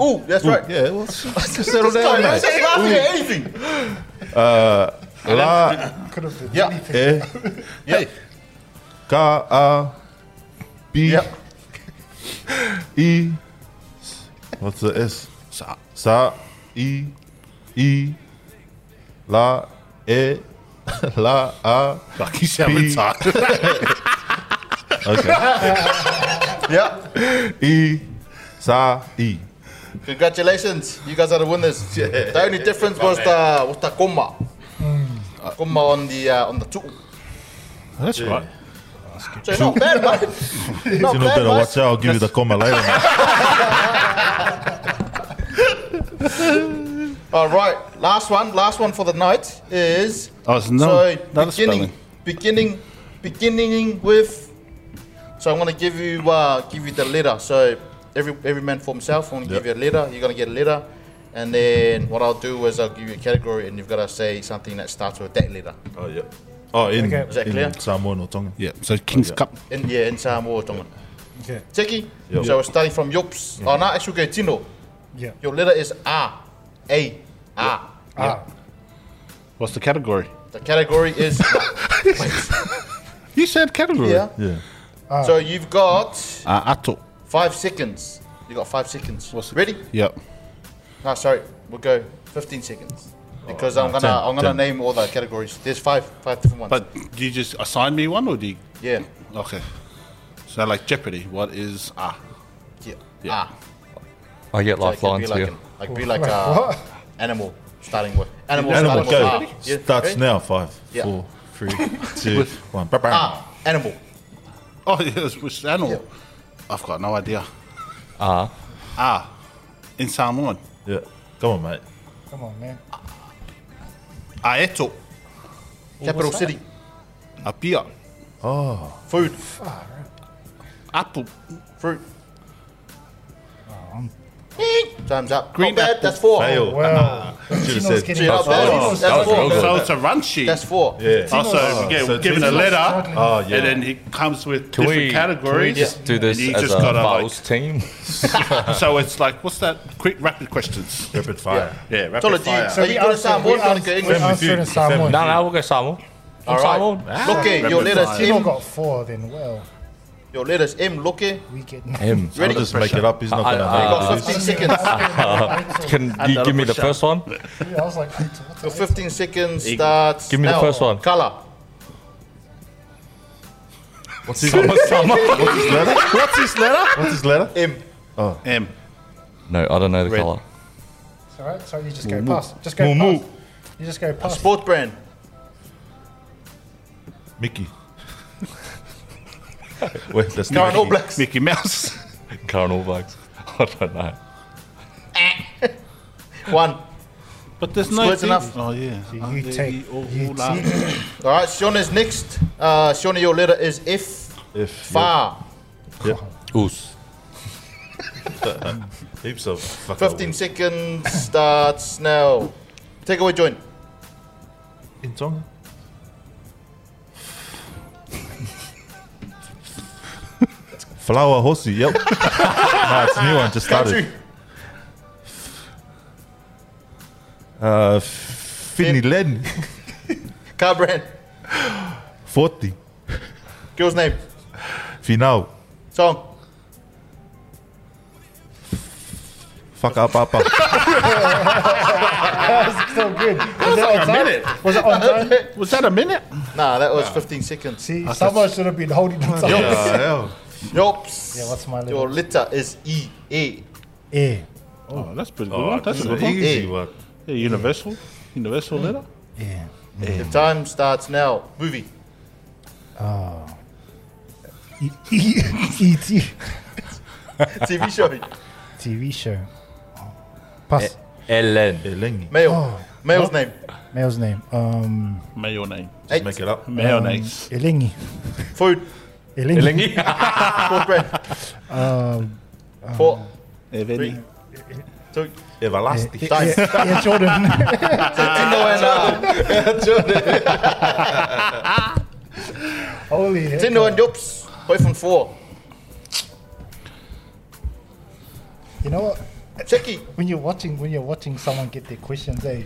B: Ooh, that's right.
C: Yeah, what's
B: Settle down. This guy's laughing at anything.
C: la
G: Could have been
B: Yeah.
G: anything.
C: e
B: Yeah.
C: ka a b
B: Yeah.
C: e s- what's the s
E: Sa.
C: sa i i la e la a
E: Like he's having
C: P.
E: time.
C: okay
B: Yeah.
C: e sa i
B: Congratulations, you guys are the winners. The only difference was the was the comma, comma on the uh, on the two.
E: That's right.
B: So not bad, mate. Not
C: you know better
B: bad,
C: watch out I'll give you the comma later mate.
B: mate. All right, last one, last one for the night is.
E: Oh, it's no-
B: So
E: not a
B: beginning,
E: spelling.
B: beginning, beginning with. So I'm gonna give you uh, give you the letter. So every every man for himself. I'm gonna give
C: Yep.
B: you a letter. You're gonna get a letter, and then what I'll do is I'll give you a category, and you've gotta say something that starts with that letter.
C: Oh, yeah. Oh, in,
G: Okay.
B: Is that clear?
C: in Samoan or Tongan.
E: Yeah, so King's
C: yeah.
E: Cup.
B: In yeah, in Samoa or Tongan.
G: Okay.
B: Teki.
C: Yep.
B: So we're starting from Yops. Oh no, actually go Tino.
G: Yeah.
B: Your letter is A, A, A.
G: Ah.
E: What's the category?
B: The category is.
E: You said category.
B: yeah.
C: Yeah.
G: Ah.
B: So you've got.
E: Uh, ato.
B: Five seconds. You got five seconds.
E: What's it-
B: Ready?
E: Yep.
B: No, sorry. We'll go fifteen seconds because I'm
C: no,
B: gonna i
C: 10,
B: I'm gonna
C: 10.
B: name all the categories. There's five five different ones.
E: But do you just assign me one or do you?
B: yeah,
E: Okay. So like Jeopardy, what is ah?
B: yeah,
E: Yeah.
B: Ah,
F: I get
B: so it could be
F: lifelines
B: like
F: here.
B: an, like be like
G: Like
B: a
G: what?
B: animal starting with animal,
C: Animal, go.
B: starting with ah. Yeah,
C: Starts
B: ready?
C: now. Five,
B: Yeah.
C: four, three, two, one. Bam, bam.
B: Ah, animal.
E: Oh yes, which animal?
B: Yep.
E: I've got no idea.
F: Ah.
E: Ah, in Samoan.
C: Yeah. Come on, mate.
G: Come on, man.
E: Aeto,
B: Capital
G: that?
B: city.
E: apia, Oh.
B: Food.
E: apple,
B: Fruit. Time's up.
E: Green
B: Not bad.
E: apple.
B: That's four.
C: Fail.
G: Oh, Wow.
C: Should have
G: Tino's
C: said.
G: getting
B: Yeah, not bad.
E: Oh,
B: that's
F: that was
B: four.
F: real good.
E: so it's a run sheet.
B: That's four.
C: Yeah.
E: Also,
C: Oh,
E: yeah,
C: so
E: given a
C: Tino's-
E: letter,
C: Oh, yeah.
E: and then he comes with
F: Can
E: different
F: we, can we
E: categories.
F: just do this
E: and you
F: as
E: just
F: a
E: gotta,
F: Vowels team?
E: like, So it's like, what's that? Quick, rapid questions.
C: Rapid fire.
E: Yeah, rapid
B: Tolo, do you-
E: fire.
B: so you got to sound more than go
G: we
B: English.
C: Family
G: answered in
C: feud.
G: Samoan.
C: Family
F: no, no, we'll go Samoan.
B: All
F: I'm Samoan.
B: right. Loke, your
E: Rapid
B: letters
E: fire.
G: Tino
B: M.
G: got four, then well,
B: Your letters M. Loke.
G: we get
F: M.
C: I'll
B: Ready?
C: just make it up. He's not
F: I-
C: going to
F: I-
C: make
B: got
C: it.
B: 15
C: is
B: seconds.
F: Can you give me the first one?
G: Yeah, I was like, wait,
B: Your
G: what's
B: 15 seconds starts.
F: Give me the
B: now.
F: first one.
B: Color.
F: What's his Samoan?
C: he? His letter?
E: What's this letter?
C: What's his letter?
B: M.
E: M.
F: No, I don't know the colour.
G: It's all right. So you just go past. Just go past. You just go past.
B: Sport brand.
C: Mickey. Wait, that's
B: Current
C: Mickey.
B: All Blacks.
E: Mickey Mouse.
F: Current All Blacks. I don't know.
B: One. All
E: But there's
B: no
E: no.
B: Split's thing- enough.
E: Oh yeah.
G: You take. You take.
B: right, Sean is next. Uh, Sean, your letter is F.
C: If
B: Far.
C: yeah,
F: Oos.
C: yeah, heaps of fucking
B: 15 seconds starts now. Take away, join.
C: in Tonga. Flower horsey. Yep. nah, it's a new one. Just started.
B: Country.
C: Uh, Finny Len.
B: Car brand.
C: Forty.
B: Girl's name.
C: Final.
B: Song.
C: Fuck up, up, up.
G: So good. Was it on
E: That was like a
G: time?
E: minute.
G: Was it on time?
E: Was that a minute?
B: Nah, that was 15 seconds.
G: See, someone should have been holding themselves.
C: Yeah, hell.
B: Yops.
G: Yeah, what's my letter?
B: Your letter is E. E.
G: Yeah.
E: Oh, that's pretty good.
C: Oh,
E: one.
C: that's
E: That's a
C: an
E: good one.
C: easy
B: Eh.
C: one.
E: Yeah, universal. Universal letter.
G: Yeah.
B: The time starts now. Movie.
G: E- E- E.T.
B: TV show.
G: TV show. Pass.
F: Eh.
C: Eh.
F: Ellen.
C: Elengi.
B: Male.
G: Oh.
B: Male's name.
G: Male's name. Um.
E: Mayonnaise.
B: Eight.
C: Make it up.
E: Um, Mayonnaise.
G: Elengi.
B: Food.
G: Elengi.
B: Sport brand.
G: Um,
B: Four. Three. Two.
C: Everlasting.
B: Time.
G: Yeah, yeah, Jordan.
B: Tino and uh,
G: Holy. heck.
B: Tino and Yops. Both from four.
G: You know what?
B: Checky.
G: When you're watching, when you're watching someone get their questions, eh?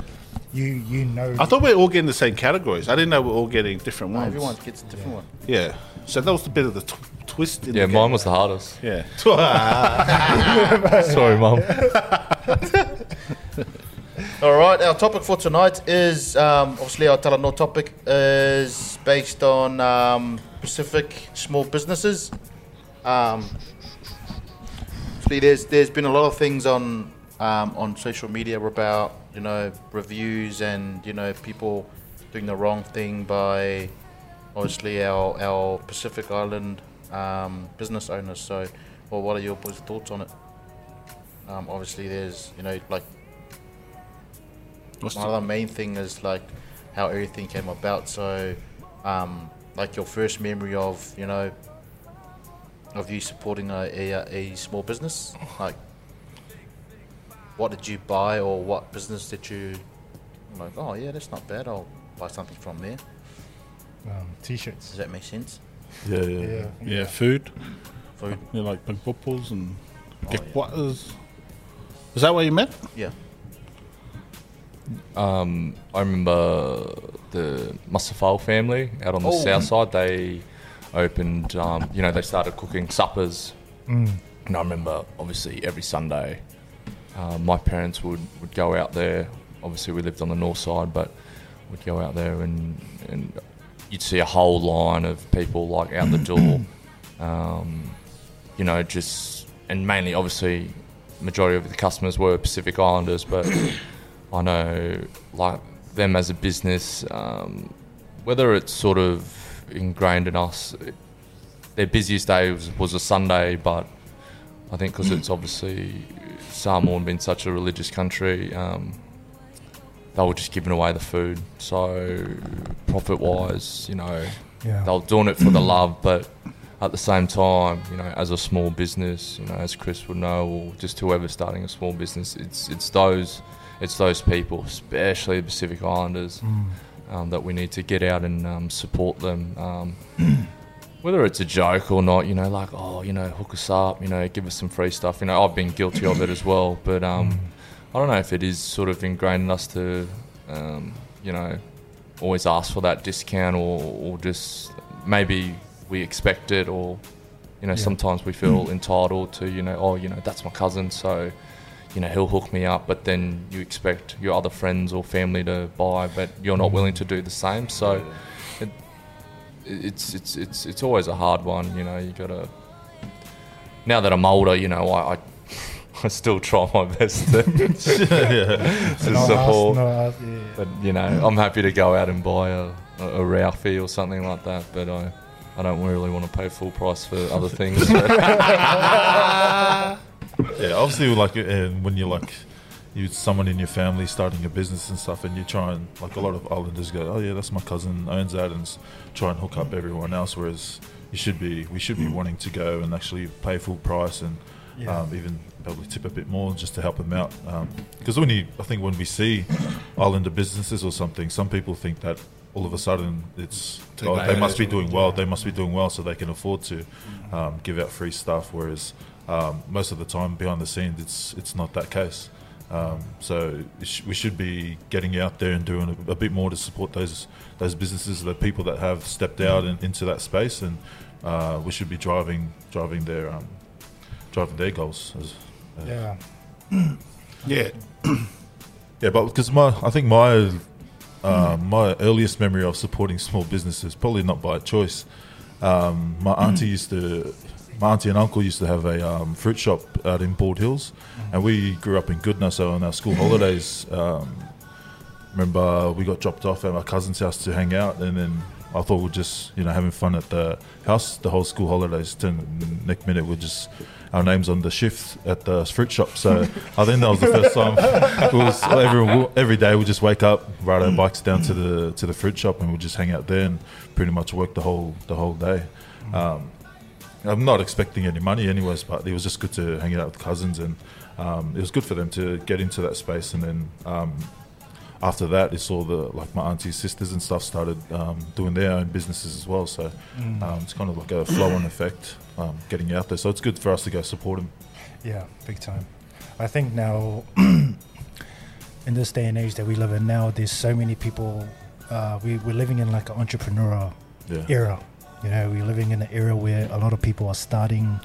G: You you know.
E: I thought we were all getting the same categories. I didn't know we were all getting different ones.
B: Everyone gets a different one.
E: Yeah. So that was the bit of the tw- twist in
F: Yeah,
E: the
F: mine
E: game.
F: was the hardest.
E: Yeah.
C: eh.
F: Sorry, mum.
B: All right. Our topic for tonight is um, obviously our Talano topic is based on um, Pacific small businesses. Um, obviously there's there's been a lot of things on um, on social media about you know reviews and you know people doing the wrong thing by obviously our our Pacific Island um, business owners. So, well, what are your boys' thoughts on it? Um, obviously, there's you know like
E: What's
B: my
E: the-
B: other main thing is like how everything came about. So, um, like your first memory of you know of you supporting a, a, a small business, like what did you buy or what business did you like? Oh yeah, that's not bad. I'll buy something from there.
G: Um, t-shirts.
B: Does that make sense?
C: Yeah, yeah.
G: Yeah.
E: Yeah, food.
B: Food. Oh,
E: Yeah, like big bubbles and
B: yeah.
E: gekwatas. Is that where you met?
B: Yeah.
F: I remember the Mustafal family out on the
B: Oh.
F: south side. They opened, um, you know, they started cooking suppers. And I remember, obviously, every Sunday, uh, my parents would, would go out there. Obviously, we lived on the north side, but we'd go out there and, and you'd see a whole line of people like out the door. Um, you know, just and mainly, obviously, majority of the customers were Pacific Islanders, but I know like them as a business, um, whether it's sort of ingrained in us, it- their busiest day was, was a Sunday, but I think because it's obviously Samoa being such a religious country, um, they were just giving away the food. So profit wise, you know,
G: Yeah.
F: they were doing it for the love, but at the same time, you know, as a small business, you know, as Chris would know, or just whoever's starting a small business, it's it's those it's those people, especially the Pacific Islanders, um, that we need to get out and um, support them. Um, whether it's a joke or not, you know, like oh, you know, hook us up, you know, give us some free stuff. You know, I've been guilty of it as well, but um, I don't know if it is sort of ingrained in us to, um, you know, always ask for that discount or, or just maybe we expect it or you know sometimes we feel entitled to you know oh you know that's my cousin so you know he'll hook me up but then you expect your other friends or family to buy but you're not willing to do the same so it, it's it's it's it's always a hard one you know you gotta now that I'm older you know I, I I still try my best to, to
G: No
F: support
G: ask, no ask, yeah, yeah.
F: but you know,
G: Mm.
F: I'm happy to go out and buy a, a Ralphie or something like that. But I, I don't really want to pay full price for other things.
C: Yeah, obviously, like uh, when you're like you someone in your family starting a business and stuff, and you try and like a lot of islanders go, oh yeah, that's my cousin owns that, and s- try and hook up everyone else. Whereas you should be, we should
E: Mm.
C: be wanting to go and actually pay full price and
G: Yeah.
C: um, even probably tip a bit more just to help them out. Because when you, I think when we see islander businesses or something, some people think that. All of a sudden, it's
E: Take
C: "Oh, they
E: that
C: must be
E: as-
C: doing well. They must be doing well, so they can afford to um, give out free stuff. Whereas um, most of the time behind the scenes, it's it's not that case. Um, so it sh- we should be getting out there and doing a, a bit more to support those those businesses, the people that have stepped out and into that space, and uh, we should be driving driving their um, driving their goals. As, uh,
G: Yeah.
E: Yeah.
C: yeah, but because my, I think my, uh, my earliest memory of supporting small businesses probably not by choice. Um, my auntie used to, my auntie and uncle used to have a um, fruit shop out in Bald Hills, and we grew up in Goodna. So on our school holidays, um, remember we got dropped off at my cousin's house to hang out, and then I thought we're just you know having fun at the house the whole school holidays. Then next minute we're just our names on the shift at the fruit shop. So I think that was the first time. It was every, every day we just wake up, ride our bikes down to the to the fruit shop, and we just hang out there and pretty much work the whole the whole day. Um, I'm not expecting any money, anyways, but it was just good to hang out with cousins, and um, it was good for them to get into that space. And then um, after that, it's all the like my auntie's sisters and stuff started um, doing their own businesses as well. So um, it's kind of like a flow on effect um, getting out there. So it's good for us to go support them.
G: Yeah, big time. I think now, in this day and age that we live in now, there's so many people. Uh, we, we're living in like an entrepreneurial
C: Yeah.
G: era. You know, we're living in an era where a lot of people are starting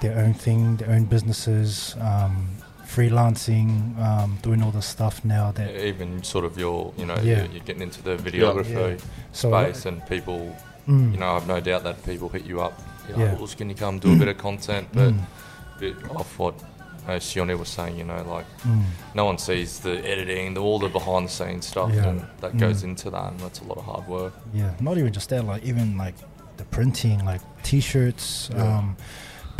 G: their own thing, their own businesses, um, freelancing, um, doing all this stuff now. That
F: Even sort of your, you know,
G: Yeah.
F: you're, you're getting into the videography
G: so uh,
F: space, and people,
G: Mm.
F: you know, I've no doubt that people hit you up. You know,
G: Yeah.
F: "Oh, can you come do a bit of content? But
G: Mm.
F: a bit off what uh, Sione was saying, you know, like
G: Mm.
F: no one sees the editing, the all the behind the scenes stuff,
G: Yeah.
F: and that
G: Mm.
F: goes into that, and that's a lot of hard work.
G: yeah not even just that like even like the printing like t-shirts um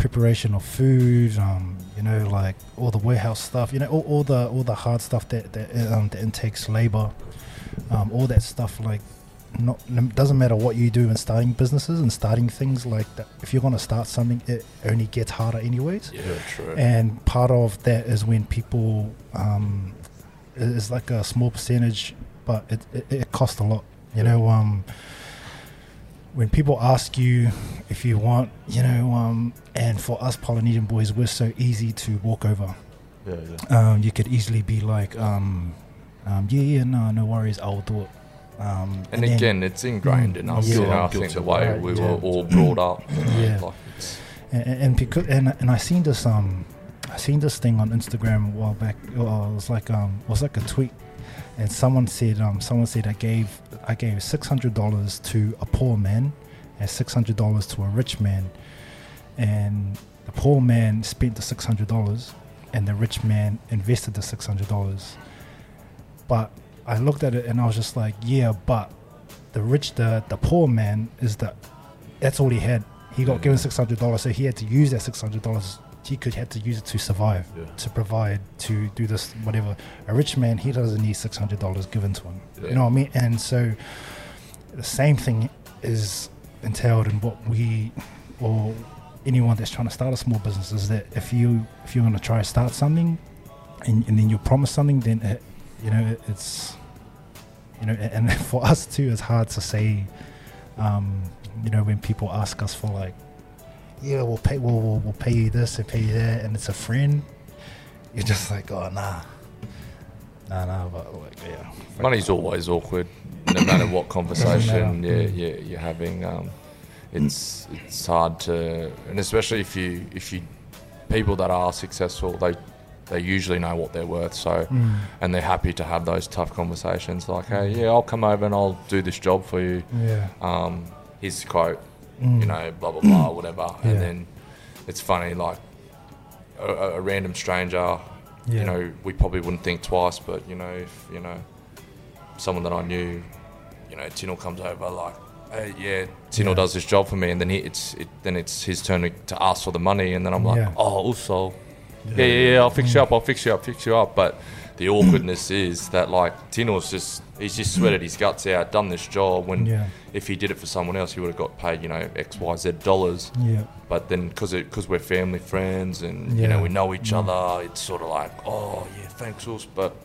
G: preparation of food, um, you know, like all the warehouse stuff, you know, all, all the all the hard stuff that that, um, that intakes labor, um, all that stuff. Like, not n- doesn't matter what you do in starting businesses and starting things like that. If you're gonna start something, it only gets harder anyways.
F: Yeah, true.
G: And part of that is when people, um, i- it's like a small percentage, but it, it, it costs a lot. You know, um, when people ask you if you want, you know, um, and for us Polynesian boys, we're so easy to walk over.
C: Yeah, yeah.
G: Um, you could easily be like, um, um, yeah, yeah, no, no worries, I'll do it. Um,
F: And,
G: then-
F: again, it's ingrained in us.
G: mm, Yeah.
F: you know, I
C: Guilty,
F: think the
C: guilty.
F: way
G: Right,
F: we
G: yeah.
F: were all brought up.
G: Yeah.
F: Like it's,
G: and, and because and and I seen this um I seen this thing on Instagram a while back. Well, it was like um it was like a tweet, and someone said um someone said I gave I gave six hundred dollars to a poor man, and six hundred dollars to a rich man, and the poor man spent the six hundred dollars, and the rich man invested the six hundred dollars, but I looked at it and I was just like yeah, but the rich the the poor man is the that's all he had. He got given six hundred dollars, so he had to use that six hundred dollars. He could had to use it to survive,
C: Yeah.
G: to provide, to do this whatever. A rich man, he doesn't need six hundred dollars given to him. You know what I mean? And so, the same thing is entailed in what we or anyone that's trying to start a small business is that if you if you're going to try to start something, and, and then you promise something, then it, you know it, it's you know a- and for us too, it's hard to say um, you know, when people ask us for like, yeah, we'll pay, we'll, we'll, we'll pay you this and pay you that, and it's a friend, you're just like, oh nah, nah, nah, but like, yeah,
F: money's always awkward, no matter what conversation
G: matter.
F: yeah, yeah, you're having. Um, it's it's hard to, and especially if you if you people that are successful, they they usually know what they're worth. So,
G: Mm.
F: and they're happy to have those tough conversations. Like, hey, yeah, I'll come over and I'll do this job for you.
G: yeah,
F: um, his quote, you know, blah blah blah, whatever.
G: Mm. Yeah.
F: And then it's funny, like a, a a random stranger,
G: Yeah.
F: you know, we probably wouldn't think twice, but you know, if you know, someone that I knew, you know, Tino comes over, like, hey, yeah, Tino does this job for me, and then he, it's it, then it's his turn to, to ask for the money, and then I'm like,
G: Yeah.
F: oh, also, yeah, yeah, yeah, I'll fix you up, I'll fix you up, fix you up, but. The awkwardness is that like Tino's just he's just sweated his guts out, done this job when
G: Yeah.
F: if he did it for someone else, he would have got paid, you know, X, Y, Z dollars.
G: yeah,
F: But then, because because we're family friends and you
G: Yeah. Mm.
F: know we know each other, it's sort of like, oh yeah, thanks us. But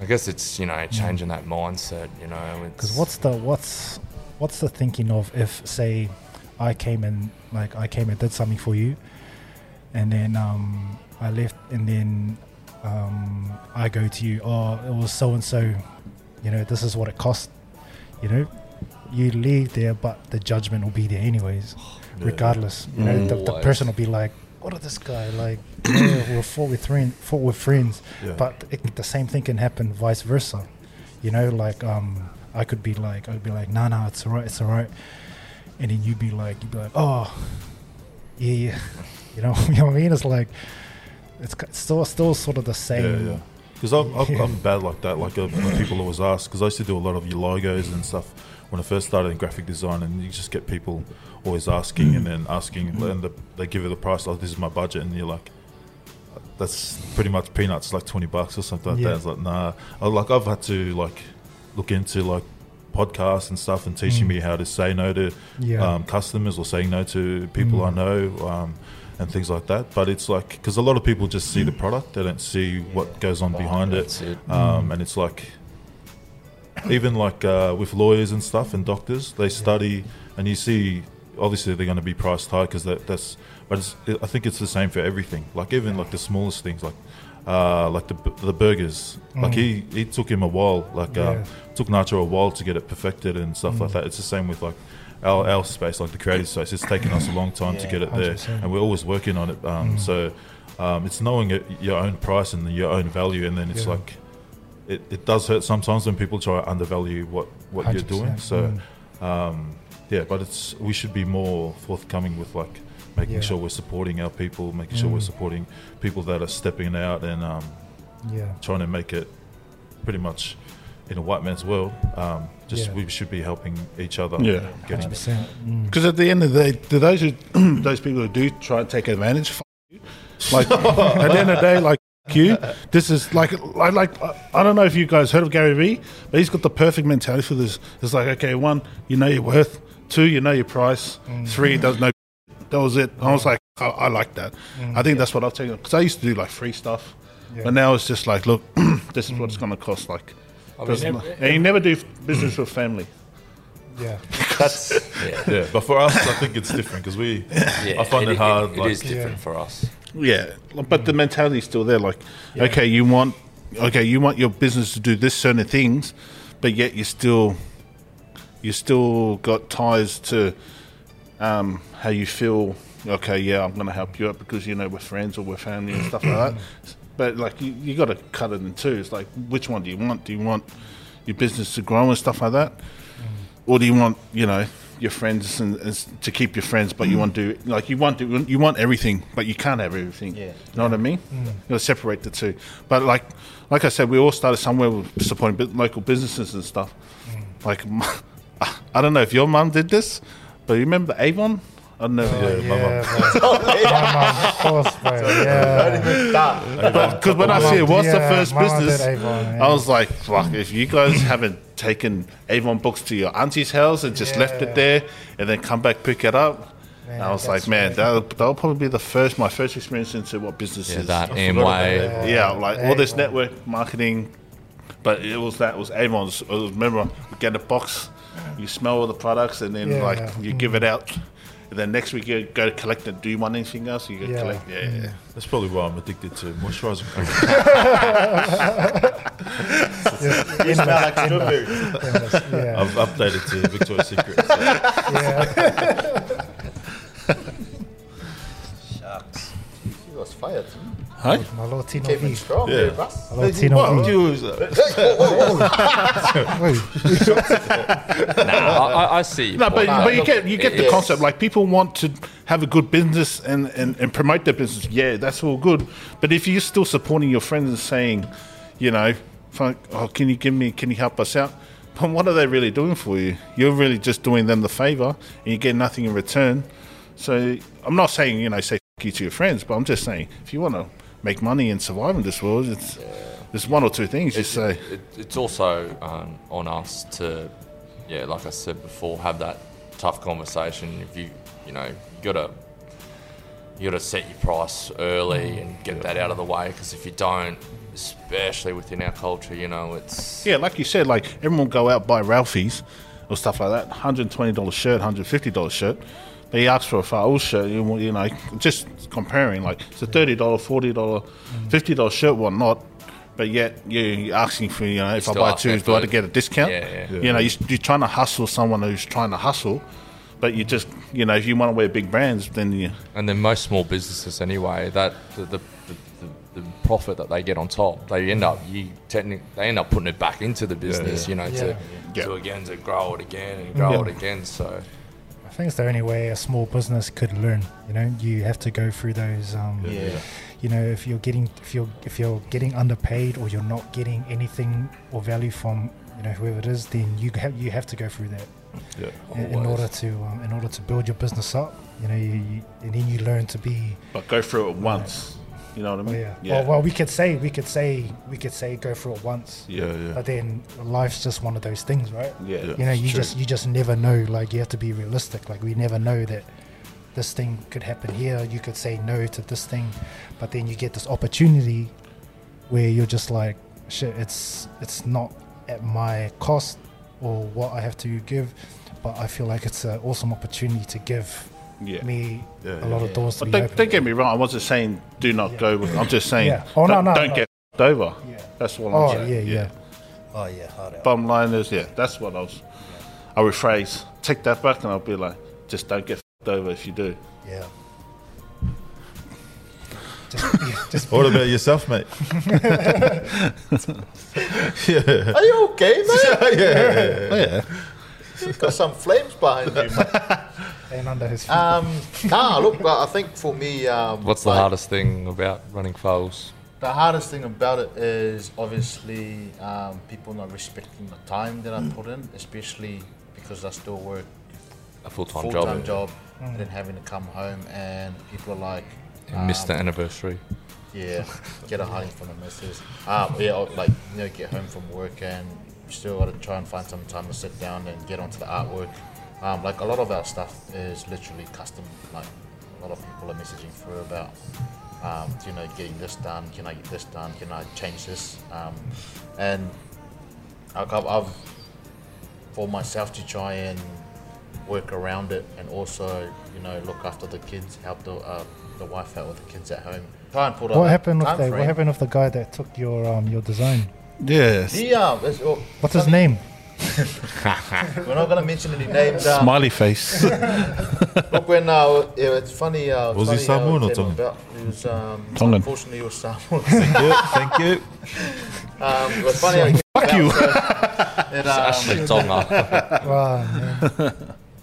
F: I guess it's you know changing that mindset, you know.
G: because
F: it's-
G: Mm. what's the what's what's the thinking of if say I came and like I came and did something for you, and then um, I left, and then um, I go to you, oh, it was so and so, you know, this is what it cost, you know. You leave there, but the judgment will be there anyways, regardless. You know, the, the
F: Always.
G: person will be like, "What is this guy like?" yeah, we're four with three, four with friends,
C: Yeah.
G: but it, the same thing can happen vice versa. You know, like um, I could be like, I'd be like, "Nah, nah, it's alright, it's alright," and then you'd be like, you'd be like, "Oh, yeah, yeah," you know, you know what I mean? It's like it's c- still still sort of the
C: Yeah,
G: same.
C: yeah. Because I'm, I'm, I'm bad like that. Like uh, when people always ask. Because I used to do a lot of your logos and stuff when I first started in graphic design, and you just get people always asking and then asking, and the, they give you the price like this is my budget, and you're like, that's pretty much peanuts, like twenty bucks or something like
G: Yeah.
C: that. It's like nah. I, like I've had to like look into like podcasts and stuff and teaching
G: Mm.
C: me how to say no to
G: Yeah.
C: um, customers or saying no to people I know um, and things like that. But it's like because a lot of people just see the product, they don't see what goes on behind
F: That's
C: it,
F: it.
C: Um, and it's like even like uh, with lawyers and stuff and doctors, they study and you see obviously they're going to be priced high because that, that's. But it's, I think it's the same for everything. Like even like the smallest things, like uh, like the bu- the burgers. Like he it took him a while. Like um, took Nacho a while to get it perfected and stuff like that. It's the same with like. Our, our space, like the creative space, it's taken us a long time to get it there,
G: 100%.
C: and we're always working on it. Um,
G: Mm.
C: So, um, it's knowing it, your own price and your own value, and then it's
G: Yeah.
C: like it, it does hurt sometimes when people try to undervalue what, what you're
G: 100%,
C: doing. So,
G: Mm.
C: um, yeah, but it's we should be more forthcoming with like making
G: Yeah. Mm.
C: sure we're supporting our people, making sure we're supporting people that are stepping out and um,
G: yeah.
C: trying to make it pretty much in a white man's world, um, just
G: Yeah.
C: we should be helping each other.
E: Yeah.
C: getting-
G: 100%.
E: Because at the end of the day, to those who, those people who do try and take advantage, f- you. like at the end of the day, like f- you, this is like, I like, I- I don't know if you guys heard of Gary Vee, but he's got the perfect mentality for this. It's like, okay, one, you know your worth, two, you know your price, three, does no, that was it. I was like, I, I like that. I think that's what I've taken because I used to do like free stuff, but now it's just like, look, this is what it's going to cost. Like, doesn't-
F: ev-
E: and you never do f- business with family.
G: Yeah.
B: That's
C: yeah, but for us, I think it's different because we.
F: Yeah,
C: I find it, hard.
F: It
C: like,
F: is different for us.
E: Yeah, but the mentality's still there. Like, okay, you want, okay, you want your business to do this certain things, but yet you still, you still got ties to um, how you feel. Okay, yeah, I'm going to help you out because you know we're friends or we're family and stuff like that. But like, you, you got to cut it in two. It's like, which one do you want? Do you want your business to grow and stuff like that, or do you want, you know? Your friends and, and s- to keep your friends, but you want to do like you want to you want everything, but you can't have everything.
B: Yeah.
E: You know what I mean?
G: Mm.
E: You know, separate the two. But like, like I said, we all started somewhere with supporting bu- local businesses and stuff.
G: Mm.
E: Like, I don't know if your mum did this, but you remember Avon? I don't know.
C: my
G: Yeah, bro.
B: that.
G: of course, bro. Yeah.
E: Because when I see it was the
G: Yeah,
E: first
G: my mum did
E: business,
G: Avon, yeah.
E: I was like, fuck, if you guys haven't taken Avon books to your auntie's house and just left
G: Yeah.
E: it there and then come back, pick it up.
G: Man,
E: I was
G: that's
E: like, man, that'll, that'll probably be the first, my first experience into what business
F: Yeah,
E: is.
F: that
C: about
F: Amway.
E: yeah, like all this
G: Avon.
E: network marketing, but it was that it was Avon's. It was, remember, we get a box, you smell all the products, and then
G: Yeah.
E: like you give it out. And then next week you go to collect it. Do you want anything else? You go
G: Yeah.
E: collect. Yeah, yeah.
C: That's probably why I'm addicted to moisturising cream.
B: You smell like strawberry.
G: Yeah.
C: I've updated to Victoria's Secret. so-
G: yeah.
B: He was fired.
G: My little Tino
B: Came in
G: V.
B: strong,
C: Yeah.
B: yeah. Russ.
G: My little Tino E.
C: What?
G: V.
C: You was, uh,
G: Wait,
F: Nah, I, I- I see. your
E: No, but,
F: point,
E: but you
F: mate.
E: get you get the
F: It-
E: concept. Like people want to have a good business and, and, and promote their business. Yeah, that's all good. But if you're still supporting your friends and saying, you know, fuck, oh, can you give me? Can you help us out? But what are they really doing for you? You're really just doing them the favor, and you get nothing in return. So I'm not saying you know say fuck you to your friends, but I'm just saying if you want to make money and survive in this world, it's there's one or two things you say.
F: it, it's also um, on us to, yeah, like I said before, have that tough conversation. If you, you know, you gotta, you gotta set your price
E: Mm.
F: early and get that out of the way. Because if you don't, especially within our culture, you know, it's
E: Yeah, like you said, like everyone will go out buy Ralphie's or stuff like that. Hundred twenty dollars shirt, hundred fifty dollars shirt. But you ask for a Faul shirt, you want- you know, just comparing like it's a thirty dollar, forty dollar, fifty dollar shirt, whatnot. But yet you- you're asking for you know if I
F: Still
E: buy
F: asking
E: two, do I
F: for-
E: have to get a discount?
F: Yeah, yeah.
E: You know, you, you're trying to hustle someone who's trying to hustle, but you just you know if you want to wear big brands, then you
F: and then most small businesses anyway that the, the, the, the profit that they get on top they end up you technic they end up putting it back into the business you know to
E: Yeah.
F: to again to grow it again and grow it again so
G: I think it's the only way a small business could learn. You know, you have to go through those. Um,
B: Yeah.
G: You know, if you're getting if you're if you're getting underpaid or you're not getting anything or value from you know whoever it is, then you have you have to go through that
C: yeah.
G: in, in
F: Always.
G: order to um, in order to build your business up. You know, you, you, and then you learn to be.
E: but go through it once. You know what I mean?
G: Yeah. Oh, Well, well, we could say we could say we could say go through it once.
C: Yeah, yeah.
G: But then life's just one of those things, right?
E: Yeah.
G: you know
E: it's
G: you
E: true.
G: just you just never know like you have to be realistic like we never know that this thing could happen here you could say no to this thing but then you get this opportunity where you're just like shit it's it's not at my cost or what i have to give but i feel like it's an awesome opportunity to give
E: Yeah.
G: me
C: Yeah,
G: a
C: yeah.
G: lot of doors to
E: But
G: be
E: don't,
G: open.
E: don't get me wrong. I wasn't saying do not go. With, I'm just saying
G: Yeah. Oh, no,
E: don't,
G: no,
E: don't
G: no.
E: get f***ed over.
G: Yeah.
E: That's what I'm
G: oh
E: saying.
G: yeah yeah
A: Oh yeah, hard out.
E: Bottom line is, yeah, that's what I was. I rephrase, take that back, and I'll be like, just don't get f***ed over if you do.
A: Yeah.
G: just, just
C: What about yourself, mate? yeah.
B: Are you okay, man?
C: yeah.
B: you got some flames behind you, man.
G: and under his feet
B: Uh, Um, nah, look, I I think for me, um,
F: what's the
B: like-
F: hardest thing about running foals
B: the hardest thing about it is obviously um, people not respecting the time that I put in, especially because I still work
F: A full time
B: full
F: job.
B: time job, and then having to come home and people are like,
F: And miss
B: Um,
F: the anniversary.
B: yeah, get a hiding from the missus. Um, yeah, or, like you know, get home from work and still gotta try and find some time to sit down and get onto the artwork. Um, like a lot of our stuff is literally custom. Like a lot of people are messaging through about, um, you know, getting this done. Can I get this done? Can I change this? Um, and like I've, I've for myself to try and work around it and also you know look after the kids help the uh, the wife out with the kids at home try and put on
G: What
B: a
G: happened with
B: time
G: the What
B: frame.
G: happened with the guy that took your um your design?
E: Yes.
B: yeah it's- oh,
G: What's his name?
B: we're not gonna mention any names um,
E: Smiley face.
B: Look, when uh, yeah, it's funny. Uh,
C: Was he
B: funny, uh,
C: Samoan or
B: came
C: Tongan?
B: about- He was um,
E: Tongan.
B: Unfortunately, he was Samoan.
C: Thank you. Thank you.
B: um, it was funny. Fuck you. it, um,
F: Ashley Tonga.
B: uh,
G: Wow,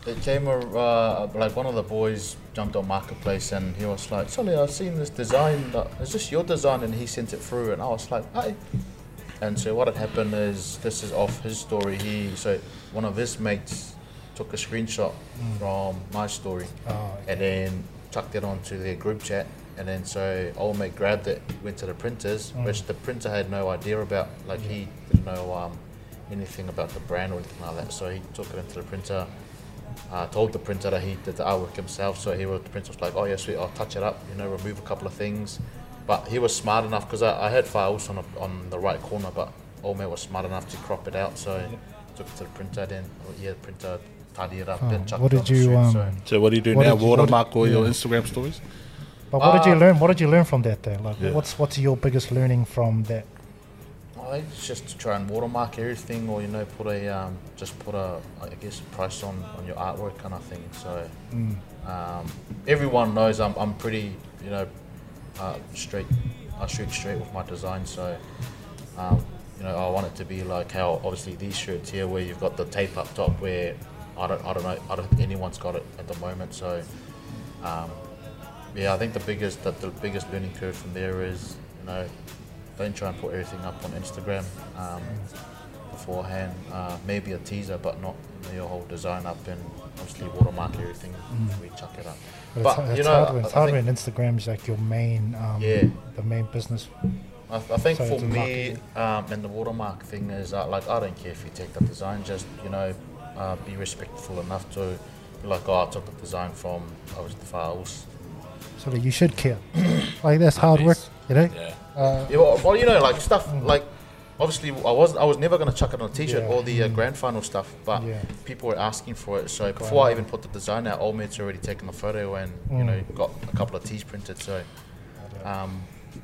B: it came a- uh, like one of the boys jumped on marketplace and he was like, "Sorry, I've seen this design. Like, is this your design?" And he sent it through, and I was like, "Hey." And so what had happened is this is off his story. He so one of his mates took a screenshot from my story, and then chucked it onto their group chat. And then so old mate grabbed it, went to the printers, which the printer had no idea about. Like he didn't know um, anything about the brand or anything like that. So he took it into the printer, uh, told the printer that he did the artwork himself. So he wrote the printer was like, "Oh yeah, sweet, I'll touch it up, you know, remove a couple of things." But he was smart enough because I, I had files on a, on the right corner, but old mate was smart enough to crop it out. So took it to the printer, then oh, yeah, the printer tidied it up, then chucked
G: what
B: it on
G: did
B: the
G: you,
B: street,
G: um,
B: so-
E: So what do you do
G: What
E: now?
G: did you-
E: Watermark all your Instagram stories?
G: But what
B: Uh,
G: did you learn? What did you learn from that though? Like, what's what's your biggest learning from that?
B: I think it's just to try and watermark everything, or you know, put a um, just put a I guess a price on, on your artwork kind of thing. So
G: Hmm.
B: um, everyone knows I'm, I'm pretty you know uh, straight. I shoot straight with my design, so um, you know I want it to be like how obviously these shirts here, where you've got the tape up top, where I don't I don't know I don't think anyone's got it at the moment. So um, yeah, I think the biggest that the biggest learning curve from there is you know don't try and put everything up on Instagram um, beforehand. Uh, maybe a teaser, but not your whole design up and obviously watermark everything. before We chuck it up.
G: Mm. But it's,
B: But
G: it's
B: you know,
G: hard when,
B: I-
G: it's
B: I
G: hard
B: think,
G: when Instagram's like your main um,
B: Yeah.
G: the main business.
B: I, I think
G: Sorry,
B: for
G: it's a
B: me um, and the watermark thing is uh, like I don't care if you take the design, just you know, uh, be respectful enough to be like, oh, I took the design from I was the files.
G: So that you should care. like that's hard work, you know.
F: Yeah.
B: Yeah, well, well, you know, like stuff like obviously I was I was never gonna chuck it on a T-shirt
G: Yeah. Mm.
B: or the uh, grand final stuff, but
G: Yeah.
B: people were asking for it. So before I even put the design out, old mate's already taken the photo and you
G: Mm.
B: know got a couple of T's printed. So um,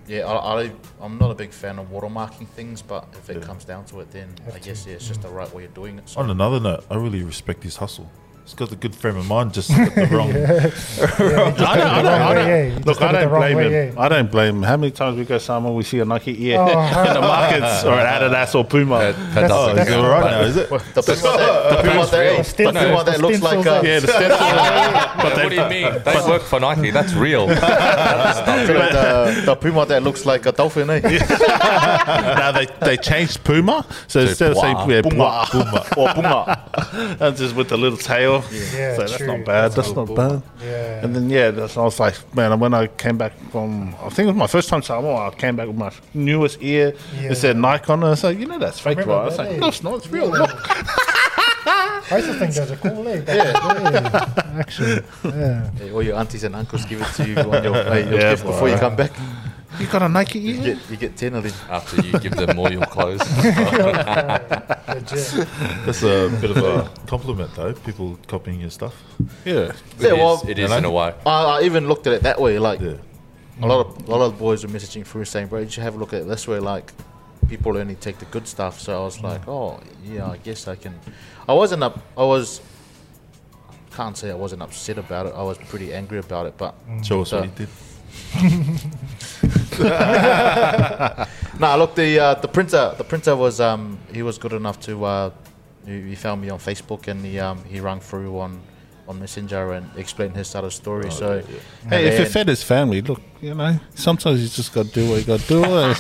B: yeah, I, I I'm not a big fan of watermarking things, but if it comes down to it, then I guess yeah, it's
G: Mm.
B: just the right way of doing it. So
C: On another note, I really respect his hustle. He's got a good frame of mind, just got the wrong.
E: I don't, I
G: the
E: don't,
G: wrong way,
E: I don't,
G: yeah. You just
E: Look,
G: did
E: I
G: it the
E: don't
G: wrong
E: blame
G: way,
E: him.
G: yeah.
E: I don't blame him. How many times we go somewhere, we see a Nike ear
G: Oh,
E: in the markets or an Adidas or Puma?
F: That, that
G: That's-
F: doesn't
G: that's-
C: Is it all right now? Is it?
B: the Puma that, the Puma that,
G: The
B: the Puma
G: stencils-
B: that
G: the
B: looks like
G: stencils
B: uh,
G: are-
E: yeah, the stencil.
F: But what do you mean? They work for Nike. That's real.
B: the, the Puma that looks like a dolphin, eh?
E: now they, they changed Puma, so instead of saying
F: Puma.
E: yeah, Puma, or Puma, that's just with the little tail.
G: Yeah,
E: so that's
G: true.
E: not bad. That's, not bad.
G: Yeah.
E: And then yeah, that's, I was like, man, when I came back from, I think it was my first time Samoa. I came back with my newest ear.
G: Yeah.
E: It said Nike on it. I was like, you know, that's fake, right?
G: Remember
E: I was
G: that,
E: like,
G: eh?
E: no, it's not. It's real. Look.
G: I used to think those are cool, eh? yeah. Actually, yeah.
B: Hey, all your aunties and uncles give it to you on your, hey, your
E: Yeah,
B: gift before you come back.
E: You got a Nike ear?
B: You get, you get 10 of them.
F: After you give them all your clothes.
G: Legit.
C: That's a bit of a compliment, though. People copying your stuff.
E: Yeah.
B: Yeah,
F: it
B: well,
F: is, it is in a way.
B: I, I even looked at it that way. Like,
C: Yeah.
B: a lot of a lot of the boys were messaging through saying, bro, you should have a look at it this way. Like, people only take the good stuff. So I was like, oh, yeah, I guess I can. I wasn't up. I was. Can't say I wasn't upset about it. I was pretty angry about it. But
C: Show us what
B: So-
C: he did.
B: No, look, the uh, the printer, the printer was um, he was good enough to uh, he, he found me on Facebook and he um, he rang through on on Messenger and explain his side of the story. so,
E: Hey, if
B: and
E: it fed his family, look, you know, sometimes you just got to do what you got to do. Eh?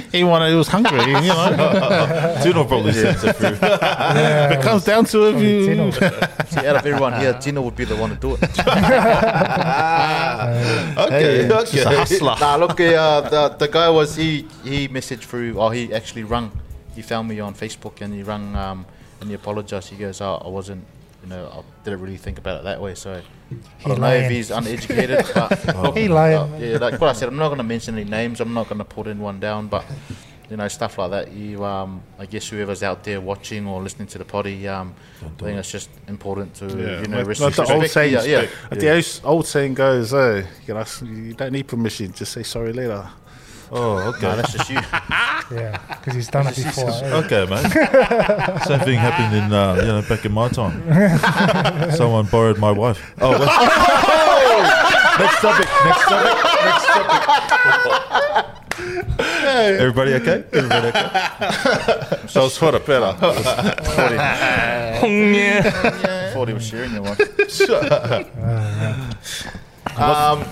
E: he wanted, he was hungry, you know.
C: Tino probably sends it through.
E: If it comes down to it,
G: Probably
E: you,
G: 10 or-
B: see, out of everyone here, Gino would be the one to do it.
C: Okay, okay.
B: nah, look, uh, the, the guy was he he messaged through, or he actually rung. He found me on Facebook and he rung um, and he apologized. He goes, oh, I wasn't, you know, I didn't really think about it that way. So I don't know if
G: lying.
B: he's uneducated, but look,
G: He lying, man.
B: yeah, like what I said, I'm not going to mention any names. I'm not going to put anyone down, but you know, stuff like that. You, um, I guess whoever's out there watching or listening to the potty, um, I think it's just important to you know
E: like,
B: res-
E: like
B: respect.
E: the old saying,
B: yeah, yeah.
E: the old- old saying goes, eh, you know, you don't need permission, just say sorry later.
C: Oh,
B: Nah,
C: okay.
B: that's just you.
G: Yeah, because he's done it before. eh?
C: Okay, mate. Same thing happened in uh, you know back in my time. Someone borrowed my wife. Oh, well- next topic. Next topic. Next topic. Everybody okay? Everybody okay?
E: So it's for the better.
B: 40 was sharing that one. um,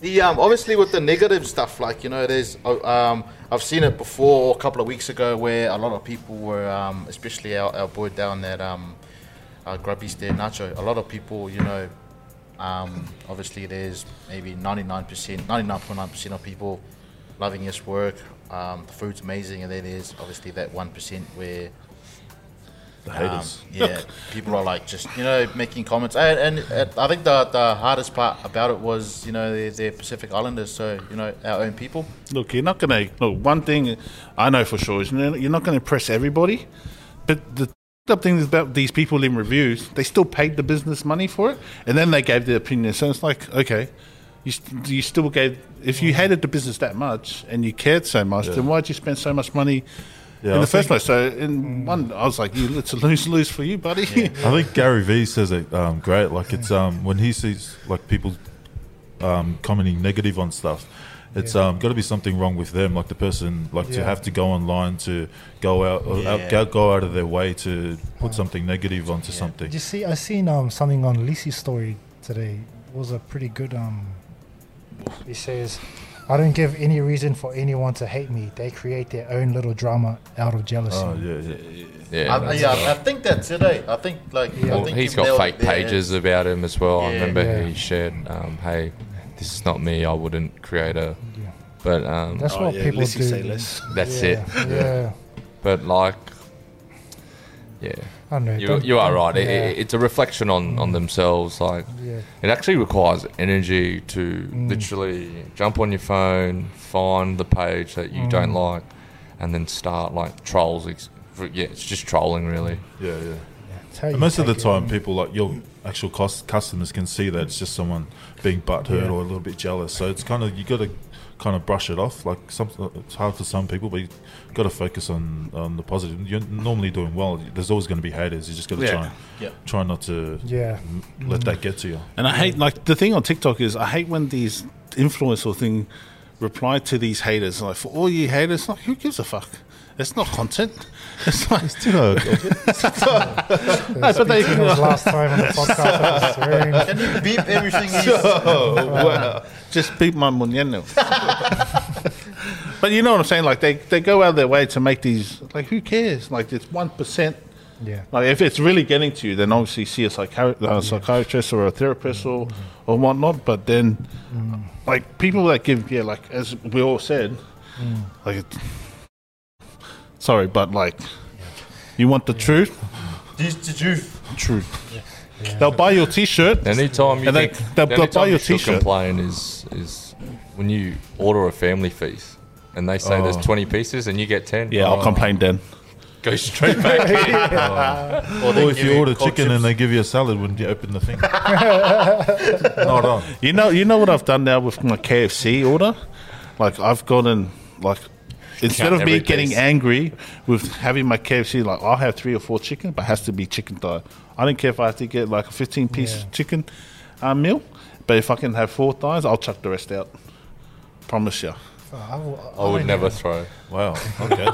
B: the um, obviously with the negative stuff, like you know, there's uh, um, I've seen it before a couple of weeks ago where a lot of people were, um, especially our, our boy down at um, uh, Grubby's there, Nacho. A lot of people, you know, um, obviously there's maybe 99%, 99.9% of people loving his work. Um, the food's amazing, and then there's obviously that 1% where
C: The
B: um,
C: haters.
B: yeah, people are like just you know making comments, and, and uh, I think the the hardest part about it was you know they're, they're Pacific Islanders, so you know our own people.
E: Um, Look, you're not gonna. Look, one thing I know for sure is you're not- you're not gonna impress everybody. But the up thing is about these people in reviews, they still paid the business money for it, and then they gave their opinion. So it's like, okay, you st- you still gave. If
C: Mm.
E: you hated the business that much and you cared so much, then why'd you spend so much money?
C: Yeah,
E: in
C: I
E: the first
C: think-
E: place, so in one, I was like, "You, it's a lose lose for you, buddy."
C: I think Gary Vee says it um, great. Like it's um, when he sees like people um, commenting negative on stuff, it's um, got to be something wrong with them. Like the person, like to
G: Yeah.
C: have to go online to go out, or out
B: Yeah.
C: go, go out of their way to put something negative onto something.
G: Did you see? I seen um something on Lisi's story today. It was a pretty good um. He says, "I don't give any reason for anyone to hate me. They create their own little drama out of jealousy."
C: Oh yeah, yeah.
F: Yeah,
B: I,
F: that's-
B: yeah, I think that's it. Eh? I think like I
F: Well,
B: think
F: he's
B: even
F: got
B: though
F: fake
B: they're-
F: pages about him as well. I
B: Yeah.
F: remember
G: Yeah.
F: he shared, um, "Hey, this is not me. I wouldn't create a."
G: Yeah.
F: But um,
C: Oh,
G: That's what people do.
F: that's
G: yeah,
F: it.
G: Yeah.
F: But like, yeah,
G: I don't know.
F: you
G: don't-
F: you are right. It,
G: Yeah.
F: it, it's a reflection on on themselves. Like,
G: yeah.
F: it actually requires energy to
E: Mm.
F: literally jump on your phone, find the page that you don't
E: Mm.
F: like, and then start like trolls. Ex- for- yeah, it's just trolling really.
C: yeah, yeah.
G: It's how you
C: And most of the
G: take it.
C: time, people like your actual cost, customers can see that it's just someone being butthurt or a little bit jealous. So it's kind of you got to kind of brush it off. Like some, it's hard for some people, but you got to focus on on the positive. You're normally doing well. There's always going to be haters. You just got to
E: Yeah.
C: try and
B: Yeah.
C: try not to
G: Yeah.
C: let that get to you.
E: And I hate like the thing on TikTok is I hate when these influencer thing reply to these haters like for all you haters like who gives a fuck. It's not content. It's like
C: You know,
E: no, but they
G: It was last time on the podcast. it was strange.
B: Can you beep everything? he's-
E: "Oh, just beat my munyano. but you know what I'm saying? Like they, they go out of their way to make these like who cares? Like it's one percent.
G: Yeah.
E: Like if it's really getting to you, then obviously see a psychiatrist, uh, psychiatrist or a therapist or, or whatnot. But then, like people that give yeah, like as we all said, like it, sorry, but like you want the truth,
B: This the truth.
E: truth. They'll buy your T-shirt.
F: Anytime you
E: And they-
F: think,
E: they'll-
F: the
E: they'll
F: only time
E: buy
F: you
E: your
F: should
E: t-shirt.
F: complain is is when you order a family feast and they say there's 20 pieces and you get 10.
E: Oh. yeah, I'll
F: Oh,
E: complain then.
F: Go straight back. in.
B: Or, they
C: or if
B: give
C: you order
B: cold
C: chicken and
B: chips.
C: they give you a salad when you open the thing, not on.
E: You know, you know what I've done now with my KFC order. Like I've gotten like instead of me
F: every
E: getting
F: piece.
E: angry with having my KFC, like I'll have three or four chicken, but it has to be chicken thigh. I don't care if I have to get like a fifteen piece
G: Yeah.
E: chicken uh, meal, but if I can have four thighs, I'll chuck the rest out. Promise you.
G: I, will-
F: I
B: Oh,
F: would
G: don't
F: never
G: know.
F: throw.
C: Wow. Okay.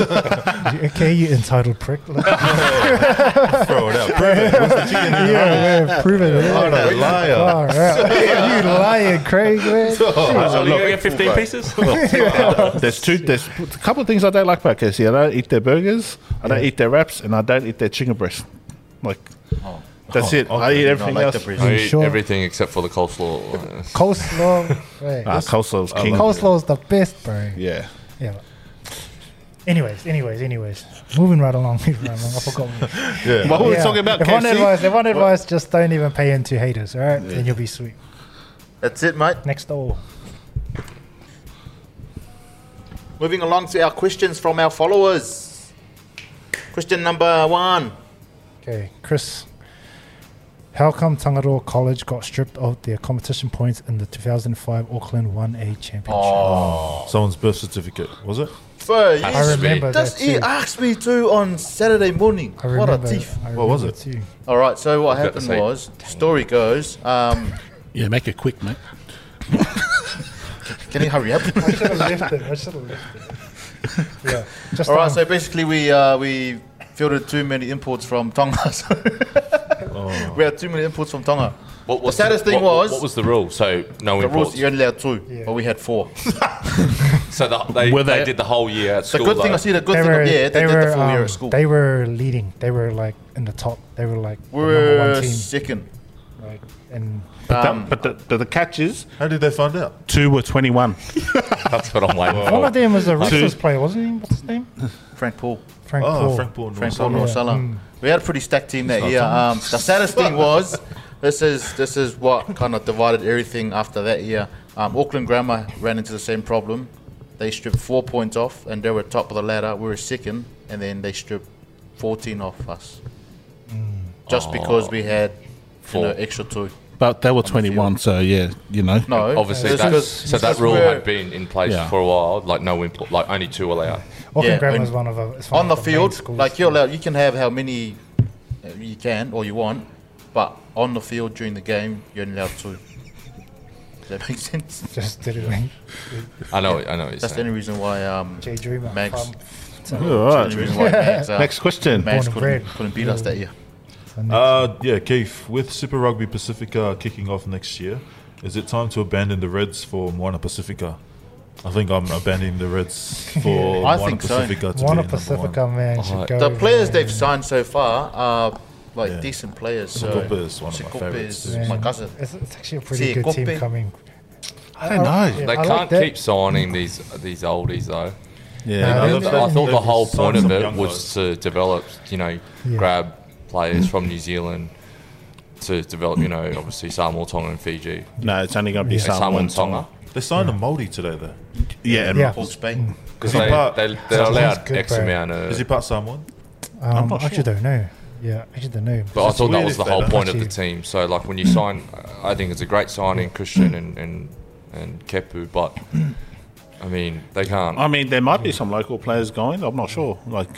G: Okay, you entitled prick. Like,
C: Throw it out. Perfect. What's the chicken in the room?
G: yeah, man, prove it.
C: What
G: Yeah.
C: a liar.
G: All right. you lying, Craig, man.
F: So you
E: Oh, look,
F: gonna get 15 pieces?
E: There's two. There's a couple of things I don't like about KFC. I don't eat their burgers. I don't eat their wraps, and I don't eat their chicken breast. Like that's
C: Oh,
E: it. I
C: okay.
E: eat
C: Not
E: everything
B: like the
E: else.
B: breast.
F: I
G: You
F: eat
G: sure?
F: everything except for the coleslaw.
G: Coleslaw. Right.
E: Ah, coleslaw's king.
G: Coleslaw's the best, bro.
E: Yeah.
G: Yeah. but- Anyways, anyways, anyways. Moving right along, moving right along. I forgot.
C: Yeah.
E: What were we
G: Yeah.
E: talking about?
G: If one
E: KFC.
G: advice, if one advice, just don't even pay into haters, all right? Then you'll be sweet.
B: That's it, mate.
G: Next door.
B: Moving along to our questions from our followers. Question number one.
G: Okay, Chris. How come Tangaroa College got stripped of their competition points in the 2005 Auckland 1A Championship?
B: Oh,
C: Someone's birth certificate, was it?
B: Fur, you
G: I remember that
B: just
G: too.
B: he asked me to on Saturday morning.
G: I
B: What
G: remember,
B: a thief!
G: I
C: What was
G: remember
C: it?
G: too.
B: All right, so what
F: I was about to
B: happened
F: say-
B: was, story goes. Um,
A: Yeah, make it quick, mate.
B: can you hurry up?
G: I should have left it. I should have left it. Yeah. Just
B: All right,
G: um,
B: so basically we uh, we fielded too many imports from Tonga. So
G: Oh.
B: we had too many imports from Tonga.
F: What was
B: the saddest thing
F: what-
B: was-
F: what was the rule? So no
B: The
F: imports.
B: rules you only had two,
G: Yeah.
B: but we had four.
F: So the, they,
A: Were
F: they,
A: they-
F: did the whole year at
B: The
F: school.
B: good thing
F: though.
B: I see the good thing of yeah, they, did the full year
G: um,
B: at school.
G: They were leading. They were like in the top. They were like the
B: we
G: number one
B: were
G: team.
B: second.
G: Right. And
E: But, that- but the, the, the catch is
C: How did they find out?
E: two were 21.
F: That's what I'm waiting
G: one of
F: for.
G: them was a wrestlers player, wasn't he? What's his name?
B: Frank Paul.
G: Frank
C: Oh,
G: Paul.
C: Frank Bourne.
B: Frank Paul Northsala. We had a pretty stacked team that year. Um, the saddest thing was, this is this is what kind of divided everything after that year. Um, Auckland Grammar ran into the same problem. They stripped four points off, and they were top of the ladder. We were second, and then they stripped 14 off us, just because we had you know
F: Four.
B: extra two.
A: But they were 21, so yeah, you know.
B: No,
F: Obviously,
B: it's
F: that,
B: because-
F: so
B: it's
F: that
B: because
F: rule
B: we're-
F: had been in place
A: Yeah.
F: for a while. Like no import, like only two allowed.
G: Auckland
B: Yeah,
G: Grammar
B: and
G: is one of the. it's one
B: on the
G: of main
B: field,
G: schools.
B: like you're allowed, you can have how many uh, you can or you want, but on the field during the game, you're only allowed two. Does that make sense?
G: Just did it, man.
F: I know. I know. What you're
B: That's the
F: saying.
B: only reason why um,
G: Jay Dreamer.
B: Mags.
G: from-
E: All
B: that's the only
E: right.
B: reason why Mags, uh,
E: Next question.
B: Mags
G: Born and
B: couldn't,
G: bred.
B: couldn't beat us that year.
C: Uh, yeah, Keith, with Super Rugby Pacifica kicking off next year, is it time to abandon the Reds for Moana Pacifica? I think I'm abandoning the Reds for
B: I
C: Moana
B: think so.
C: Pacifica
G: One
C: to be
G: of
C: number
G: Pacifica,
C: one.
G: man. should
F: Alright.
G: go,
B: The players
G: man.
B: they've signed so far are like
C: Yeah.
B: decent players. So
C: Sekope is one of my
B: Sekope
C: favourites
B: is
C: too.
B: my cousin.
G: It's, it's actually a pretty
B: See,
G: good team
B: Kope.
G: coming.
A: I don't know.
G: Yeah,
F: They
G: I like
F: can't
G: that.
F: keep signing these these oldies though.
C: Yeah,
G: Uh, they-
C: no, they've-
F: I thought the
C: they've
F: whole
C: signed
F: point of
C: some
F: it
C: young
F: was
C: guys.
F: to develop, you know,
G: Yeah.
F: grab players from New Zealand to develop, you know, obviously Samoa, Tonga, and Fiji.
E: No, it's only going to be
F: And
E: Samoa
F: Samoa
E: and
F: and Tonga.
C: They signed a Moldy today, though.
E: Yeah, and
G: Yeah.
B: Paul Spain.
F: Because
C: Is he
F: they,
C: part-
F: they, they're
G: Samoa's
F: allowed
G: good,
F: X
G: bro.
F: amount
C: Is
F: of.
C: he part Samoan?
G: Um,
E: not
G: I actually don't know. Yeah, I actually don't know.
F: But I thought that
C: weird
F: was
C: if
F: the
C: they
F: whole
C: don't
F: point of the
G: actually-
F: team. So, like, when you sign, I think it's a great signing, Christian and, and, and Kepu, but, I mean, they can't.
E: I mean, there might be some local players going. I'm not sure. Oh, Like,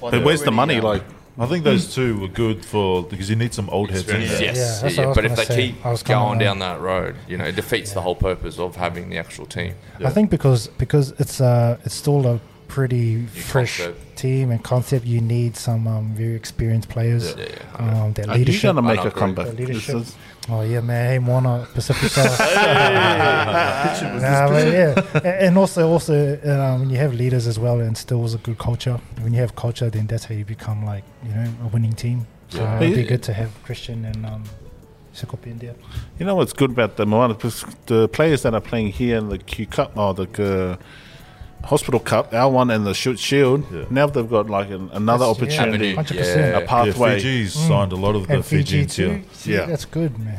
B: Well,
E: but
B: they're
E: where's the
B: already, um,
E: money? Like,
C: I think those two were good for because you need some old heads in
F: Yes,
C: there.
G: that's
F: yes.
G: what I
F: yeah,
G: was
F: but if
G: gonna
F: they
G: say.
F: keep
G: I was gonna-
F: going down that road, you know, it defeats the whole purpose of having the actual team.
G: I think because because it's uh it's still a pretty fresh
F: concept.
G: team and concept. You need some um, very experienced players.
F: Yeah,
G: Um, their
E: are you
G: leadership.
E: going to make
F: I
E: a
F: agree.
E: comeback?
G: their leadership.
E: This is-
G: Oh yeah, man. Hey, Moana Pacifica. nah, but yeah, A- and also also um, when you have leaders as well, and still is a good culture. When you have culture, then that's how you become like you know a winning team. So
F: Yeah.
G: it'd be
E: Yeah.
G: good to have Christian and um, Sekope in there.
E: You know what's good about the Moana? Because The players that are playing here in the Q Cup or the uh, Hospital Cup, our one and the Shoot Shield,
C: Yeah.
E: now they've got like an, another
G: That's- yeah.
E: opportunity,
F: Avenue,
G: Hundred
E: a
G: percent.
F: yeah.
C: Yeah,
E: pathway.
C: Fiji's signed a lot of the
G: Mm. And Fiji
C: Fijians
G: too.
C: here.
G: See,
E: Yeah.
G: that's good, man.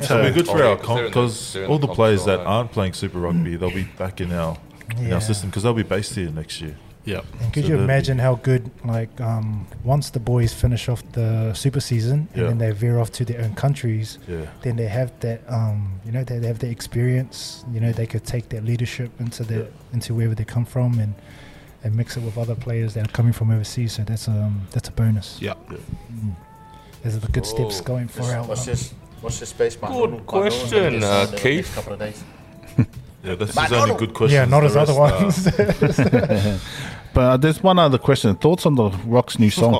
C: So it'll be good
F: Oh,
C: for
F: yeah,
C: our
F: 'cause they're in the-
C: because
F: they're in
C: all
F: the
C: the
F: comp
C: players
F: still,
C: that
F: eh?
C: aren't playing Super Rugby, they'll be back in our in
G: Yeah.
C: our system because they'll be based here next year.
A: Yeah.
G: And could
C: So
G: you
C: that'd be-
G: imagine how good, like, um, once the boys finish off the super season and
C: Yeah.
G: then they veer off to their own countries,
C: Yeah,
G: then they have that, um, you know, they, they have the experience. You know, they could take their leadership into their into wherever they come from and and mix it with other players that are coming from overseas. So that's um that's a bonus.
A: Yeah.
G: Those are the good steps
F: Oh,
G: going for our.
B: What's
G: um,
B: this? What's this space? man?
F: Good
B: Might know
F: question,
B: what it is
F: uh,
B: in the next
F: Keith.
B: couple of days.
C: Yeah, that's
B: But
C: his only
B: not-
C: good question.
G: yeah, not as other ones.
E: But uh, there's one other question. Thoughts on the Rock's new song?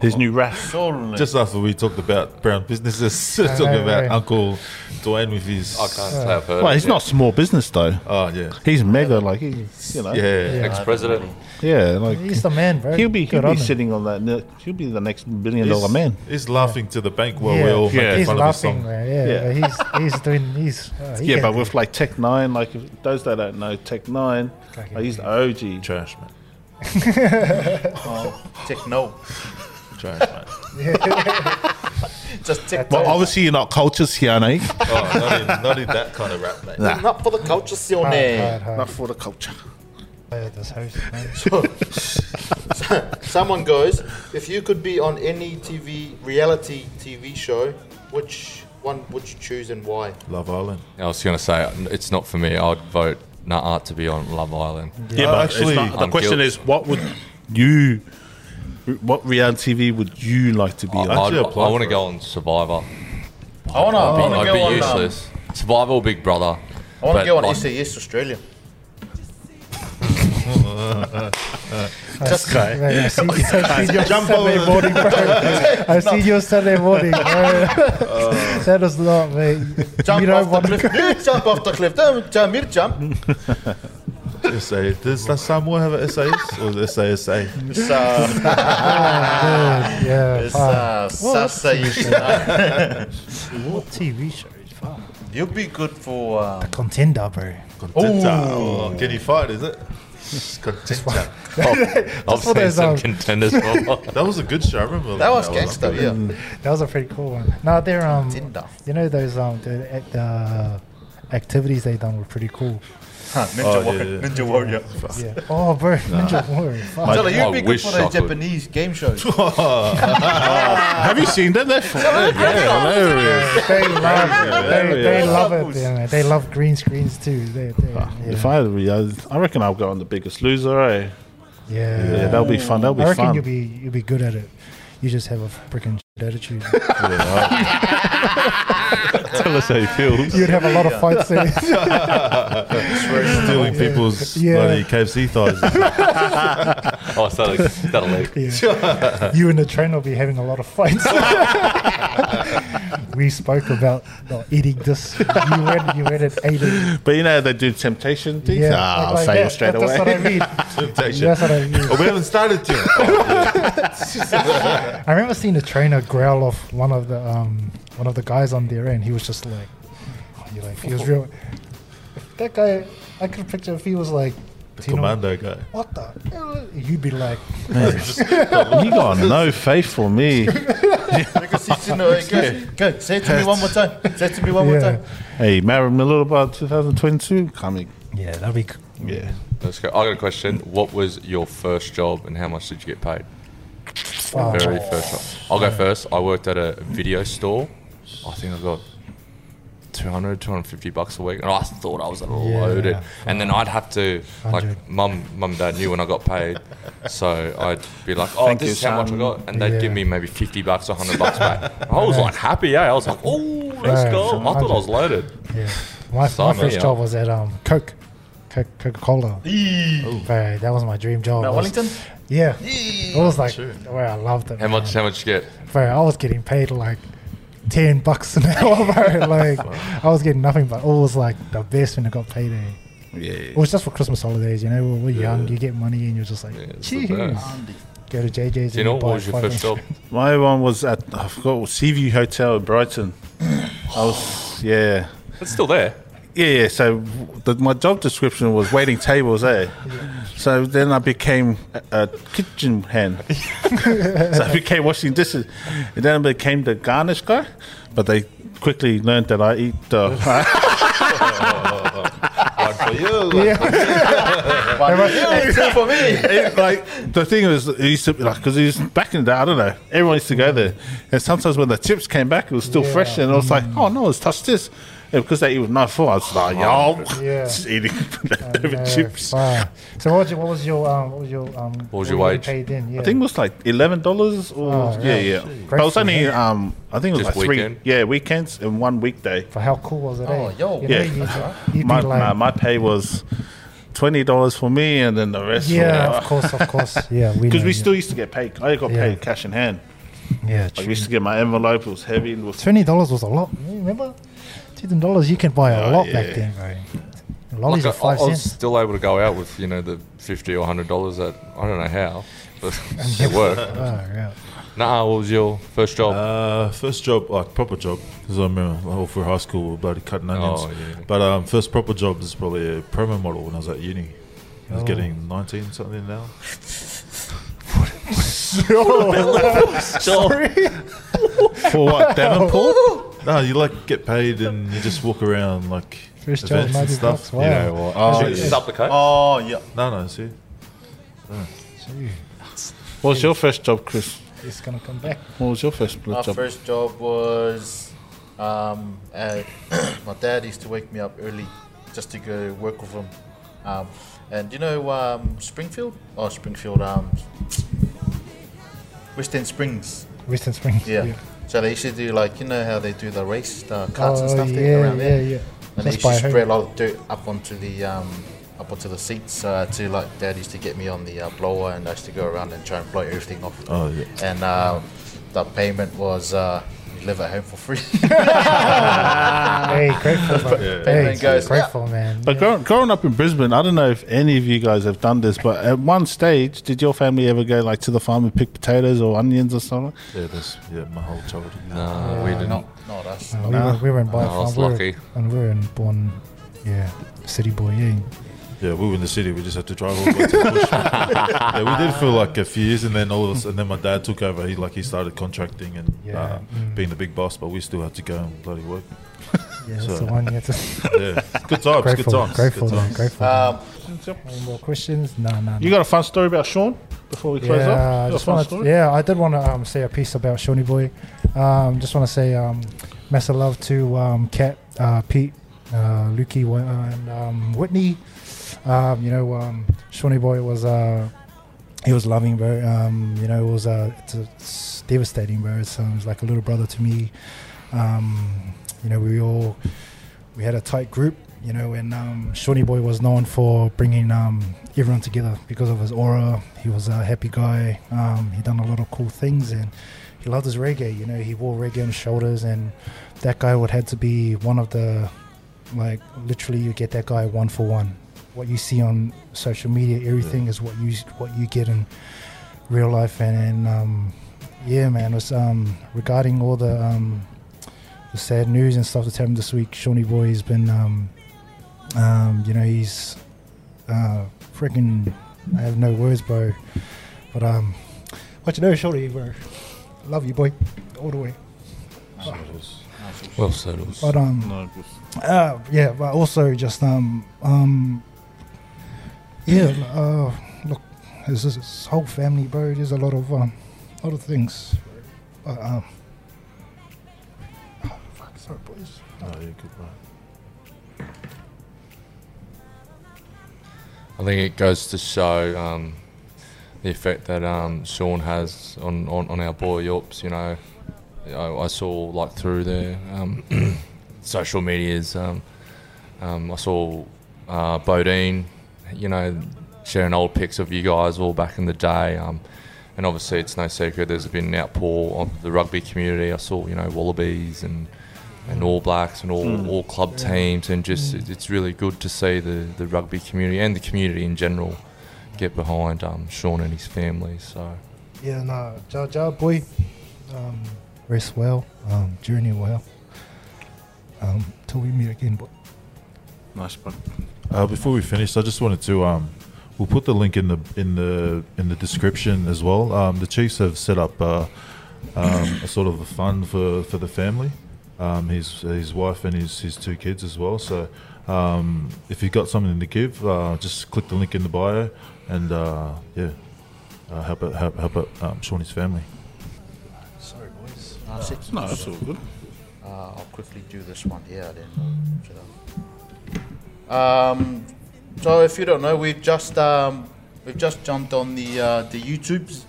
E: His new rap.
C: just after we talkked about brown businesses, talking
G: yeah,
C: about
G: yeah.
C: Uncle Dwayne with his.
F: I can't say I've heard.
E: Well,
F: it
E: he's
F: yet.
E: not small business though.
C: Oh yeah,
E: He's mega. Like he's, you know. Yeah.
C: yeah.
F: ex-president.
E: like
G: He's the man, bro.
E: he'll be he'll
G: Good
E: be
G: on him.
E: sitting on that. ne- He'll be the next billion
C: He's,
E: dollar man.
C: he's laughing to the bank while
G: Yeah.
C: we're all
E: Yeah. He's
C: making
G: He's
C: fun
G: laughing,
C: of his song.
G: man. Yeah,
E: Yeah.
G: But he's he's doing he's. Uh, he
E: Yeah,
G: can-
E: but with like Tech Nine, like if those that don't know Tech Nine,
G: Cracking
E: like he's the OG.
C: Trash man,
B: Techno.
C: trash man.
B: Just techno.
E: Well, obviously you're not cultures here, eh? mate.
C: oh, not in, not in that kind of rap, mate.
B: Not for the culture,
G: hard,
B: Sione.
G: hard, hard.
E: not for the culture.
G: Uh, this host, man.
B: Someone goes, if you could be on any TV reality TV show, which one would you choose and why?
C: Love Island.
F: I was going to say it's not for me. I'd vote Nah to be on Love Island.
E: Yeah,
C: Uh,
E: but
C: actually-
E: actually, the
F: I'm
E: question
F: guilty.
E: is, what would you, what reality TV would you like to be
F: I,
E: on?
F: I'd-
C: actually
F: I
C: applied
F: want
C: for
F: to go on Survivor.
B: I wanna, I
F: I'd be useless. Survivor or Big Brother.
B: I want
F: But,
B: to go on
F: like,
B: SES Australia.
G: Right, I see, I see your
C: Jump
G: Saturday
C: over.
G: morning, bro. I see your Saturday morning, bro. that is not, mate.
B: Jump
G: you
B: off
G: don't
B: the
G: want to.
B: cliff. You jump off the cliff. Don't jump. You jump.
C: SA. Does that Samoa have an SAS or is it SASA?
B: It's, uh,
G: Yeah,
B: it's,
G: fuck.
B: uh, Sasa, you should know.
G: What TV show? is Fuck.
B: You'll be good for. Uh,
G: Contender, bro.
C: Oh, can he fight? Is it? Contenta.
F: I've
G: what
F: seen
G: there's,
F: some
G: um,
F: contenders. before.
C: That was a good show. I remember
B: that was gangster, yeah.
F: Mm.
G: That was a pretty cool one. No, they're um,
B: Tinder.
G: you know those um, the, act- uh, activities they done were pretty cool.
B: Huh, Ninja
C: Oh, yeah,
B: Warrior.
C: yeah.
B: Ninja Warrior.
G: Yeah. Oh, bro, Ninja Warrior. Fuck.
B: Jella,
F: I
B: you'd be good
F: wish
B: for
F: I
B: the
F: could.
B: Japanese game shows.
E: Have you seen that? They're hilarious.
G: They love, they, they
B: yeah.
G: love it. Yeah, man. They love green screens too. They, they,
E: If
G: yeah.
E: I had a reality, I reckon I'll go on The Biggest Loser. Eh?
G: yeah.
E: Yeah, that'll be fun. That'll be
G: I reckon
E: fun.
G: you'll be you'll be good at it. You just have a freaking attitude.
C: Tell us how he feels.
G: You'd have a lot of fights there.
C: Stealing people's
G: Yeah.
C: bloody KFC thighs.
F: oh, it's that'll, that'll leak.
G: Yeah. you and the train will be having a lot of fights. we spoke about not eating this. You went, you went and ate it.
E: But you know how they do temptation things.
G: Yeah,
E: Ah, I'll
G: like
E: say
G: that.
E: it straight
G: That-
E: away.
G: that's what I mean.
C: Temptation.
G: That's what I mean.
C: Oh, we haven't started yet.
G: I remember seeing a trainer growl off one of the um, one of the guys on there, and he was just like, oh, you like, he was real. If that guy, I could picture if he was like,
C: The
G: you know,
C: commando guy.
G: what the? hell?" You'd be like,
E: you got no faith for me.
B: Because he's in the- Go, go, say it to me one more time. Say it to me one more
G: Yeah.
B: time.
E: hey, Mary Miller about 2022 coming.
G: yeah, that'd be. c-
E: Yeah.
F: Let's go. I got a question. What was your first job and how much did you get paid?
G: Oh,
F: Very first job. I'll go first. I worked at a video store. I think I got 200, 250 bucks a week, and I thought I was loaded.
G: Yeah.
F: And then I'd have to,
G: 100.
F: like, mum, mum, and dad knew when I got paid, so I'd be like, oh,
E: Thank
F: this
E: you,
F: is how much I
E: son.
F: got, and they'd
G: Yeah.
F: give me maybe 50 bucks or 100 bucks back. I was like happy, yeah. I was like, oh, let's
G: Right,
F: go. I thought I was loaded.
G: Yeah. My, my
F: Sign me
G: first
F: up.
G: job was at um Coke, Coke Coca Cola. Bro, that was my dream job.
B: Now,
G: I was-
B: Wellington?
G: Yeah. It was like, bro, I loved it.
F: How
G: man.
F: much? How much you get?
G: Bro, I was getting paid like ten bucks an hour, bro. Like I was getting nothing, but it was like the best when I got paid. Eh?
E: Yeah.
G: It was just for Christmas holidays, you know. We're, we're young, you get money, and you're just like,
F: it's the
G: cheers.
F: best.
G: Go to JJ's. and
F: Do you know
G: buy
F: what was your
G: five
F: first
G: minutes.
F: job?
E: My one was at I forgot Seaview Hotel in Brighton. I was yeah.
F: It's still there.
E: Yeah, yeah. So the, my job description was waiting tables, eh? So then I became a, a kitchen hand. so I became washing dishes, and then I became the garnish guy. But they quickly learned that I eat. Uh,
C: One for you.
G: Yeah,
B: Yeah, two for me.
E: it, like the thing was, it used to be like because it was back in the day. I don't know. Everyone used to go there, and sometimes when the chips came back, it was still fresh, and I was like, "Oh no, it's touched this."
A: Yeah, because they eat knife four, I was like, yo,
G: Oh, Yeah.
A: just eating
G: I
A: leftover
G: know,
A: chips.
G: fuck. So what was your what was your um, what was your um,
F: What was your
G: you
F: wage?
G: paid then? Yeah.
A: I think it was like eleven dollars or
G: Oh,
A: yeah,
G: right.
A: yeah.
G: Jeez.
A: But it was
G: Great
A: only
G: for him.
A: um, I think it was
F: Just
A: like
F: weekend?
A: three, yeah, weekends and one weekday.
G: for how cool was it?
B: Oh,
G: eh?
B: yo.
G: You know,
A: Yeah.
G: you'd, you'd
A: My
G: be like,
A: my, my pay was twenty dollars for me, and then the rest.
G: yeah, of course, of course, yeah. We
A: because
G: know,
A: we
G: yeah.
A: still used to get paid. I got
G: Yeah.
A: paid cash in hand.
G: yeah.
A: Like,
G: true.
A: we used to get my envelope. It was heavy. It was
G: Twenty dollars was a lot. man, Remember, twenty dollars you can buy a
A: Oh,
G: lot
A: yeah.
G: back then, bro. Lollies
F: Like I,
G: are five
F: I was
G: cents.
F: still able to go out with you know the fifty or hundred dollars that I don't know how, but it worked.
G: Oh, yeah.
F: Nah, what was your first job?
C: Uh, first job, like proper job, because I remember all through high school we were bloody cutting onions.
F: Oh, yeah.
C: But um, first proper job is probably a promo model when I was at uni. I was
G: Oh.
C: getting 19 something now.
A: for what Davenport.
C: No, you like get paid and you just walk around like
G: First job,
C: events and
G: 90
C: stuff.
G: bucks,
C: You
G: wow.
C: know, or, oh,
F: Just
C: yeah.
F: up the coast.
B: Oh yeah.
C: No, no, see.
A: What was your first job, Chris?
G: It's gonna come back.
A: What was your first
B: My
A: job?
B: first job was um, at my dad used to wake me up early just to go work with him. Um, and you know um, Springfield? Oh, Springfield. Um, West End Springs.
G: Western Springs.
B: Yeah. So they used to do like you know how they do the race, the carts
G: Oh,
B: and stuff
G: yeah,
B: there
G: yeah,
B: around there.
G: yeah.
B: And they used
G: Just
B: to
G: by home.
B: spray a lot of dirt up onto the um, up onto the seats. Uh, to like dad used to get me on the uh, blower, and I used to go around and try and blow everything off.
C: Oh, yeah.
B: And um, the payment was uh, you live at home for free.
G: Ah. Hey, grateful. man. Hey,
B: Payment goes up.
G: grateful, man.
A: But
G: Yeah.
A: growing, growing up in Brisbane, I don't know if any of you guys have done this, but at one stage, did your family ever go like to the farm and pick potatoes or onions or something?
C: Yeah, that's yeah, my whole childhood.
F: Nah, we didn't.
B: Not us.
G: Uh, we, were, we were in Baifang.
B: Oh,
F: I was
G: we were-
F: lucky.
G: and we were in Born, yeah, city boy, yeah.
C: Yeah, we were in the city. We just had to drive all the way to the bush. yeah, we did for like a few years, and then all of us, and then my dad took over. He like he started contracting and
G: Yeah,
C: uh,
G: mm.
C: being the big boss, but we still had to go and bloody work.
G: Yeah, that's
C: So-
G: the one. Yeah,
C: Yeah, good
G: grateful,
C: times, good times,
G: grateful,
C: good
G: man,
C: times.
G: grateful.
B: Um,
G: man. Any more questions? No, no. no.
A: You got a fun story about Sean before we close
G: yeah, I
A: up? You got a
G: just
A: fun
G: wanna,
A: story?
G: yeah, I did want to um, say a piece about Shawnee Boy. Um, just want to say um, massive love to um, Kat, uh, Pete, uh, Lukey, Wa- uh, and um, Whitney. Um, you know, um, Shawnee Boy was uh, he was loving, bro. Um, you know, it was uh, it's, it's devastating, bro. It's, um, it was like a little brother to me. Um, you know, we all we had a tight group, you know, and um, Shawnee Boy was known for bringing um, everyone together because of his aura. He was a happy guy. Um, he done a lot of cool things, and he loved his reggae. You know, he wore reggae on his shoulders, and that guy would had to be one of the like literally you get that guy one for one. What you see on social media, everything is what you what you get in real life, and, and um, yeah, man. It was um, regarding all the um, the sad news and stuff that's happened this week. Shawnee Boy has been, um, um, you know, he's uh, freaking. I have no words, bro. But um, what you know, Shawnee, bro. Love you, boy, all the way.
F: Well settled.
G: But um,
A: No, just-
G: uh, yeah, but also just um um yeah, uh, look, his, his whole family, bro. There's a lot of um, lot of things. But, um, oh, fuck, sorry, boys.
C: Oh, yeah, good man.
F: I think it goes to show um, the effect that um, Sean has on, on, on our boy Yorps. You know, I, I saw like through their um, social medias. Um, um, I saw uh, Bodine, you know, sharing old pics of you guys all back in the day. Um, and obviously, it's no secret there's been an outpour of the rugby community. I saw, you know, Wallabies and and All Blacks and all, all club teams, and just it- it's really good to see the, the rugby community and the community in general get behind um, Sean and his family. So
G: Yeah, nah, ja ja boy. Um, rest well, um, journey well. Um, till we meet again, boy.
A: Nice, bro.
C: Uh, before we finish, I just wanted to um, we'll put the link in the in the in the description as well. Um, the Chiefs have set up uh, um, a sort of a fund for, for the family, um, his his wife and his his two kids as well. So um, if you've got something to give, uh, just click the link in the bio and uh, yeah, uh, help out help help out um, Shawnee's family.
A: No, that's all good.
B: Uh, I'll quickly do this one here then. Should I- Um, so if you don't know, we've just um, we've just jumped on the uh, the YouTubes.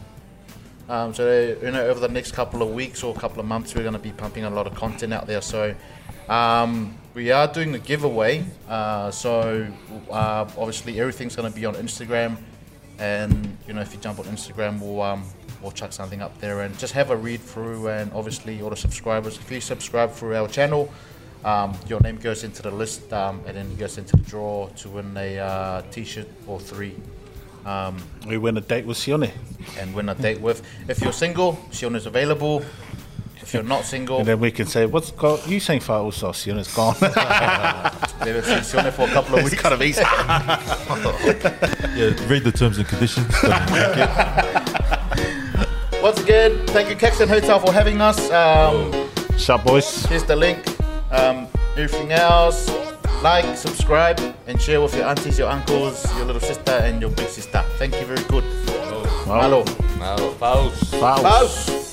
B: Um, so you know, over the next couple of weeks or couple of months, we're going to be pumping a lot of content out there. So um, we are doing the giveaway. Uh, so uh, obviously, everything's going to be on Instagram, and you know, if you jump on Instagram, we'll um, we'll chuck something up there and just have a read through. And obviously, all the subscribers, if you subscribe through our channel. Um, your name goes into the list um, and then it goes into the draw to win a uh, t-shirt or three um,
A: We went a date with Sione.
B: and win a date with. If you're single, Shiona's available. If you're not single,
A: And then we can say, what's got you saying for us? Oh, Sione's gone.
B: maybe see Shiona for a couple of weeks.
A: kind of easy.
C: Yeah, read the terms and conditions.
B: Once again, thank you, Caxton Hotel, for having us. Um,
A: Sharp boys.
B: here's the link. Um, everything else, like, subscribe, and share with your aunties, your uncles, your little sister, and your big sister. Thank you, very good. Hello.
F: Now, pals.
B: Bows.